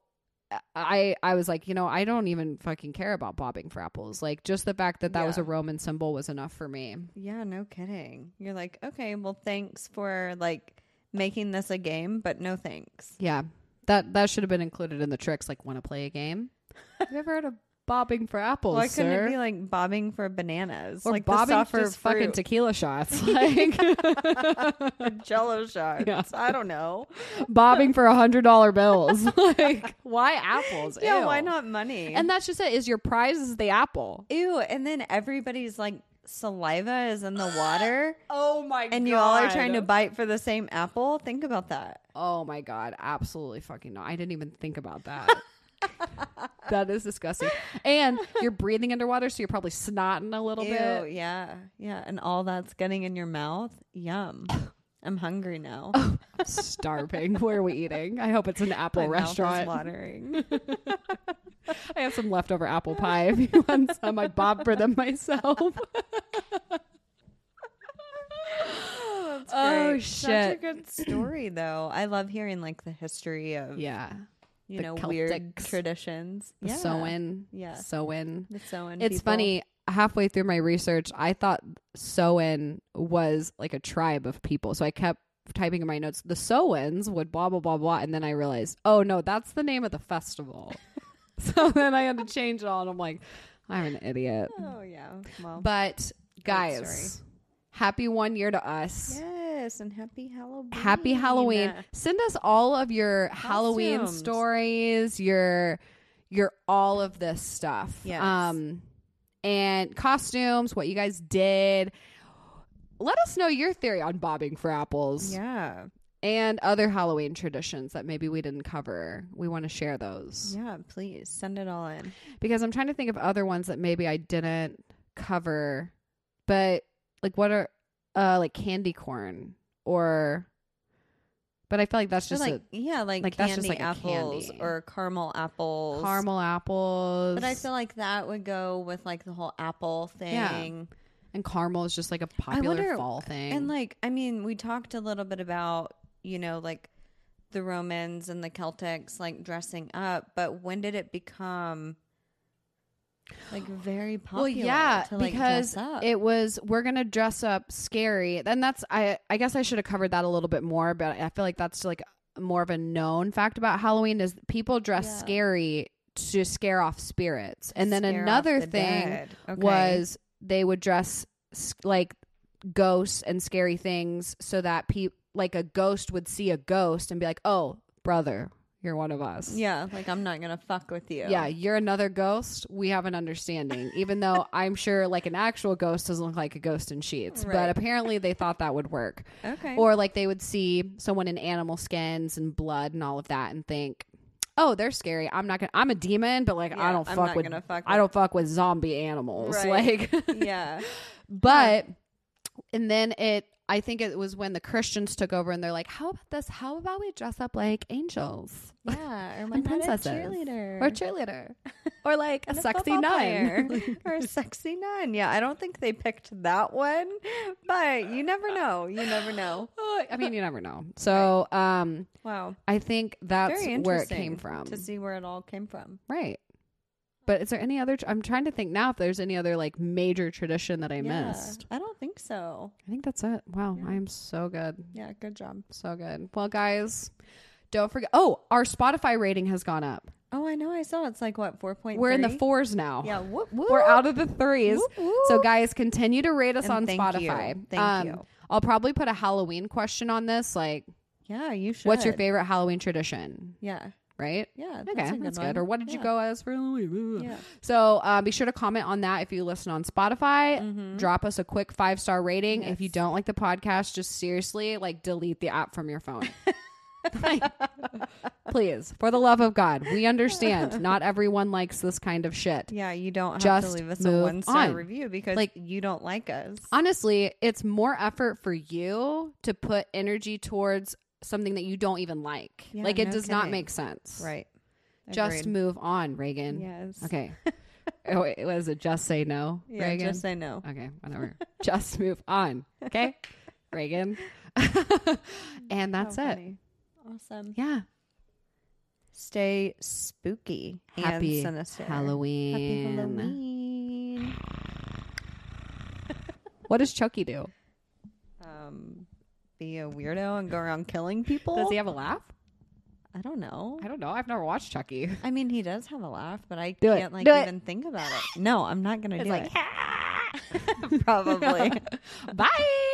[SPEAKER 2] I I was like, you know, I don't even fucking care about bobbing for apples. Like just the fact that that was
[SPEAKER 1] Yeah.
[SPEAKER 2] a Roman symbol was enough for me.
[SPEAKER 1] yeah. No kidding. You're like, okay, well, thanks for like making this a game, but no thanks.
[SPEAKER 2] Yeah. That that should have been included in the tricks, like want to play
[SPEAKER 1] (laughs)
[SPEAKER 2] a game. Have you ever heard of bobbing for apples,
[SPEAKER 1] Why couldn't
[SPEAKER 2] sir?
[SPEAKER 1] it be like bobbing for bananas
[SPEAKER 2] or
[SPEAKER 1] like the
[SPEAKER 2] bobbing for
[SPEAKER 1] softest
[SPEAKER 2] fucking
[SPEAKER 1] fruit? (laughs)
[SPEAKER 2] tequila shots, like
[SPEAKER 1] Or (laughs) Jello shots?
[SPEAKER 2] Yeah.
[SPEAKER 1] I don't
[SPEAKER 2] (laughs)
[SPEAKER 1] know.
[SPEAKER 2] bobbing for a hundred
[SPEAKER 1] (laughs)
[SPEAKER 2] dollar bills. like why apples?
[SPEAKER 1] Yeah,
[SPEAKER 2] Ew.
[SPEAKER 1] why not money?
[SPEAKER 2] And that's just it. Is your prize is the apple?
[SPEAKER 1] ew, and then everybody's like saliva is in the
[SPEAKER 2] (gasps)
[SPEAKER 1] water,
[SPEAKER 2] Oh my!
[SPEAKER 1] and you all are trying to bite for the same apple. Think about that.
[SPEAKER 2] Oh my god! Absolutely fucking no! I didn't even think
[SPEAKER 1] (laughs)
[SPEAKER 2] about that. that is disgusting. And you're breathing underwater, so you're probably snotting a little bit. (laughs)
[SPEAKER 1] Ew, yeah, yeah, and all that's getting in your mouth. Yum. I'm hungry now.
[SPEAKER 2] Oh, Starving. Where are we eating? I hope it's an apple
[SPEAKER 1] My Mouth is
[SPEAKER 2] restaurant.
[SPEAKER 1] watering.
[SPEAKER 2] I have some leftover apple pie if you want some. I bobbed for them
[SPEAKER 1] (laughs)
[SPEAKER 2] myself.
[SPEAKER 1] (laughs) That's
[SPEAKER 2] (laughs) Oh,
[SPEAKER 1] great. Such a
[SPEAKER 2] shit.
[SPEAKER 1] good story though. I love hearing like the history of
[SPEAKER 2] yeah.
[SPEAKER 1] you
[SPEAKER 2] the
[SPEAKER 1] know weird
[SPEAKER 2] Celtics.
[SPEAKER 1] traditions.
[SPEAKER 2] The
[SPEAKER 1] Yeah.
[SPEAKER 2] Sewing.
[SPEAKER 1] Yeah.
[SPEAKER 2] Sewing.
[SPEAKER 1] The sewing.
[SPEAKER 2] It's
[SPEAKER 1] people.
[SPEAKER 2] funny. Halfway through my research, I thought Sowin was like a tribe of people. So I kept typing in my notes, the Sowins would blah, blah, blah, blah. And then I realized, oh no, that's the name of the festival. (laughs) so then I had to change it all. And I'm like, I'm an idiot.
[SPEAKER 1] Oh yeah. Well.
[SPEAKER 2] But guys, happy one year to us.
[SPEAKER 1] yes, and happy Halloween.
[SPEAKER 2] Happy Halloween. Send us all of your Halloween
[SPEAKER 1] Costumes.
[SPEAKER 2] stories, your your all of this stuff.
[SPEAKER 1] Yes.
[SPEAKER 2] Um and costumes, what you guys did. Let us know your theory on bobbing for apples
[SPEAKER 1] Yeah.
[SPEAKER 2] and other Halloween traditions that maybe we didn't cover. We want to share those.
[SPEAKER 1] Yeah, please send it all in.
[SPEAKER 2] because I'm trying to think of other ones that maybe I didn't cover, but like what are uh like candy corn or but I feel like that's
[SPEAKER 1] Or
[SPEAKER 2] just
[SPEAKER 1] like
[SPEAKER 2] a-
[SPEAKER 1] yeah, like,
[SPEAKER 2] like, that's
[SPEAKER 1] candy
[SPEAKER 2] just like a
[SPEAKER 1] apples
[SPEAKER 2] candy.
[SPEAKER 1] or caramel apples.
[SPEAKER 2] caramel apples.
[SPEAKER 1] But I feel like that would go with like the whole apple
[SPEAKER 2] Yeah.
[SPEAKER 1] thing.
[SPEAKER 2] and caramel is just like a popular
[SPEAKER 1] wonder-
[SPEAKER 2] fall thing.
[SPEAKER 1] And like I mean, we talked a little bit about, you know, like the Romans and the Celtics like dressing up, but when did it become like very popular
[SPEAKER 2] well, yeah,
[SPEAKER 1] to like
[SPEAKER 2] because
[SPEAKER 1] dress up?
[SPEAKER 2] it was we're gonna dress up scary. Then that's I I guess I should have covered that a little bit more, but I feel like that's like more of a known fact about Halloween is people dress
[SPEAKER 1] Yeah.
[SPEAKER 2] scary to scare off spirits. And then
[SPEAKER 1] Scare off
[SPEAKER 2] another
[SPEAKER 1] the
[SPEAKER 2] thing
[SPEAKER 1] dead. Okay.
[SPEAKER 2] was they would dress s- like ghosts and scary things so that pe- like a ghost would see a ghost and be like, "Oh, brother, you're one of us."
[SPEAKER 1] Yeah, like I'm not gonna fuck with you.
[SPEAKER 2] Yeah, you're another ghost. We have an understanding,
[SPEAKER 1] (laughs)
[SPEAKER 2] even though I'm sure like an actual ghost doesn't look like a ghost in sheets.
[SPEAKER 1] Right.
[SPEAKER 2] But apparently they thought that would work.
[SPEAKER 1] Okay.
[SPEAKER 2] Or like they would see someone in animal skins and blood and all of that and think, "Oh, they're scary. I'm not gonna. I'm a demon, but like
[SPEAKER 1] Yeah,
[SPEAKER 2] I don't
[SPEAKER 1] I'm
[SPEAKER 2] fuck
[SPEAKER 1] not
[SPEAKER 2] with.
[SPEAKER 1] gonna fuck
[SPEAKER 2] I
[SPEAKER 1] with-
[SPEAKER 2] don't fuck with zombie animals.
[SPEAKER 1] Right.
[SPEAKER 2] (laughs) Like
[SPEAKER 1] (laughs) yeah.
[SPEAKER 2] but and then it I think it was when the Christians took over and they're like, How about this? How about we dress up like angels?
[SPEAKER 1] Yeah. Or my
[SPEAKER 2] And
[SPEAKER 1] not a
[SPEAKER 2] princesses.
[SPEAKER 1] cheerleader.
[SPEAKER 2] Or
[SPEAKER 1] (laughs)
[SPEAKER 2] a cheerleader. or like a
[SPEAKER 1] and
[SPEAKER 2] sexy
[SPEAKER 1] football
[SPEAKER 2] (laughs) nun.
[SPEAKER 1] player. or a sexy nun. Yeah, I don't think they picked that one, but you never know. You never know.
[SPEAKER 2] I mean, you never know. So um
[SPEAKER 1] Wow.
[SPEAKER 2] I think that's
[SPEAKER 1] Very interesting
[SPEAKER 2] where it came from.
[SPEAKER 1] To see where it all came from.
[SPEAKER 2] right. But is there any other I'm trying to think now if there's any other like major tradition that I
[SPEAKER 1] Yeah,
[SPEAKER 2] missed.
[SPEAKER 1] I don't think so.
[SPEAKER 2] I think that's it. Wow, I am so good.
[SPEAKER 1] Yeah, good job.
[SPEAKER 2] So good. Well, guys, don't forget Oh, our Spotify rating has gone up.
[SPEAKER 1] Oh, I know. I saw it's like what four point.
[SPEAKER 2] We're in the fours now.
[SPEAKER 1] Yeah. Whoop, whoop.
[SPEAKER 2] We're out of the threes.
[SPEAKER 1] Whoop, whoop.
[SPEAKER 2] So guys, continue to rate us
[SPEAKER 1] And
[SPEAKER 2] on
[SPEAKER 1] thank
[SPEAKER 2] Spotify. Um,
[SPEAKER 1] you. Thank you.
[SPEAKER 2] I'll probably put a Halloween question on this, like
[SPEAKER 1] Yeah, you should.
[SPEAKER 2] what's your favorite Halloween tradition?
[SPEAKER 1] Yeah.
[SPEAKER 2] Right?
[SPEAKER 1] Yeah.
[SPEAKER 2] Okay,
[SPEAKER 1] that's,
[SPEAKER 2] that's,
[SPEAKER 1] a good,
[SPEAKER 2] good.
[SPEAKER 1] one.
[SPEAKER 2] Or what did you
[SPEAKER 1] Yeah.
[SPEAKER 2] go as for Halloween?
[SPEAKER 1] Yeah.
[SPEAKER 2] So uh, be sure to comment on that if you listen on Spotify.
[SPEAKER 1] Mm-hmm.
[SPEAKER 2] Drop us a quick five star rating. If you don't like the podcast, just seriously, like delete the app from your
[SPEAKER 1] (laughs)
[SPEAKER 2] phone. Like, (laughs) please, for the love of God,
[SPEAKER 1] (laughs)
[SPEAKER 2] we understand not everyone likes this kind of shit.
[SPEAKER 1] Yeah, you don't have to
[SPEAKER 2] Just
[SPEAKER 1] leave us a
[SPEAKER 2] move
[SPEAKER 1] one star
[SPEAKER 2] on.
[SPEAKER 1] review because
[SPEAKER 2] Like-
[SPEAKER 1] you don't like us.
[SPEAKER 2] honestly, it's more effort for you to put energy towards something that you don't even like.
[SPEAKER 1] Yeah,
[SPEAKER 2] like it
[SPEAKER 1] no
[SPEAKER 2] does not
[SPEAKER 1] kidding.
[SPEAKER 2] make sense.
[SPEAKER 1] Right.
[SPEAKER 2] Just
[SPEAKER 1] Agreed.
[SPEAKER 2] move on, Reagan.
[SPEAKER 1] Yes. (laughs)
[SPEAKER 2] Okay. oh, wait, was it just say no,
[SPEAKER 1] Yeah,
[SPEAKER 2] Reagan?
[SPEAKER 1] just say no.
[SPEAKER 2] okay, whatever. (laughs) just move on.
[SPEAKER 1] (laughs)
[SPEAKER 2] Okay, Reagan. (laughs) and that's it.
[SPEAKER 1] Oh, Awesome.
[SPEAKER 2] Yeah.
[SPEAKER 1] Stay spooky
[SPEAKER 2] Happy
[SPEAKER 1] and sinister.
[SPEAKER 2] Halloween.
[SPEAKER 1] Happy Halloween.
[SPEAKER 2] What does Chucky do?
[SPEAKER 1] Um, be a weirdo and go around
[SPEAKER 2] (laughs)
[SPEAKER 1] killing people.
[SPEAKER 2] Does he have a laugh?
[SPEAKER 1] I don't know.
[SPEAKER 2] I don't know. I've never watched Chucky.
[SPEAKER 1] I mean, he does have a laugh, but I
[SPEAKER 2] Do it.
[SPEAKER 1] can't like
[SPEAKER 2] Do it.
[SPEAKER 1] even think about it. No, I'm not gonna
[SPEAKER 2] (laughs) It's
[SPEAKER 1] do
[SPEAKER 2] like,
[SPEAKER 1] (laughs) it. (laughs) Probably.
[SPEAKER 2] (laughs) bye.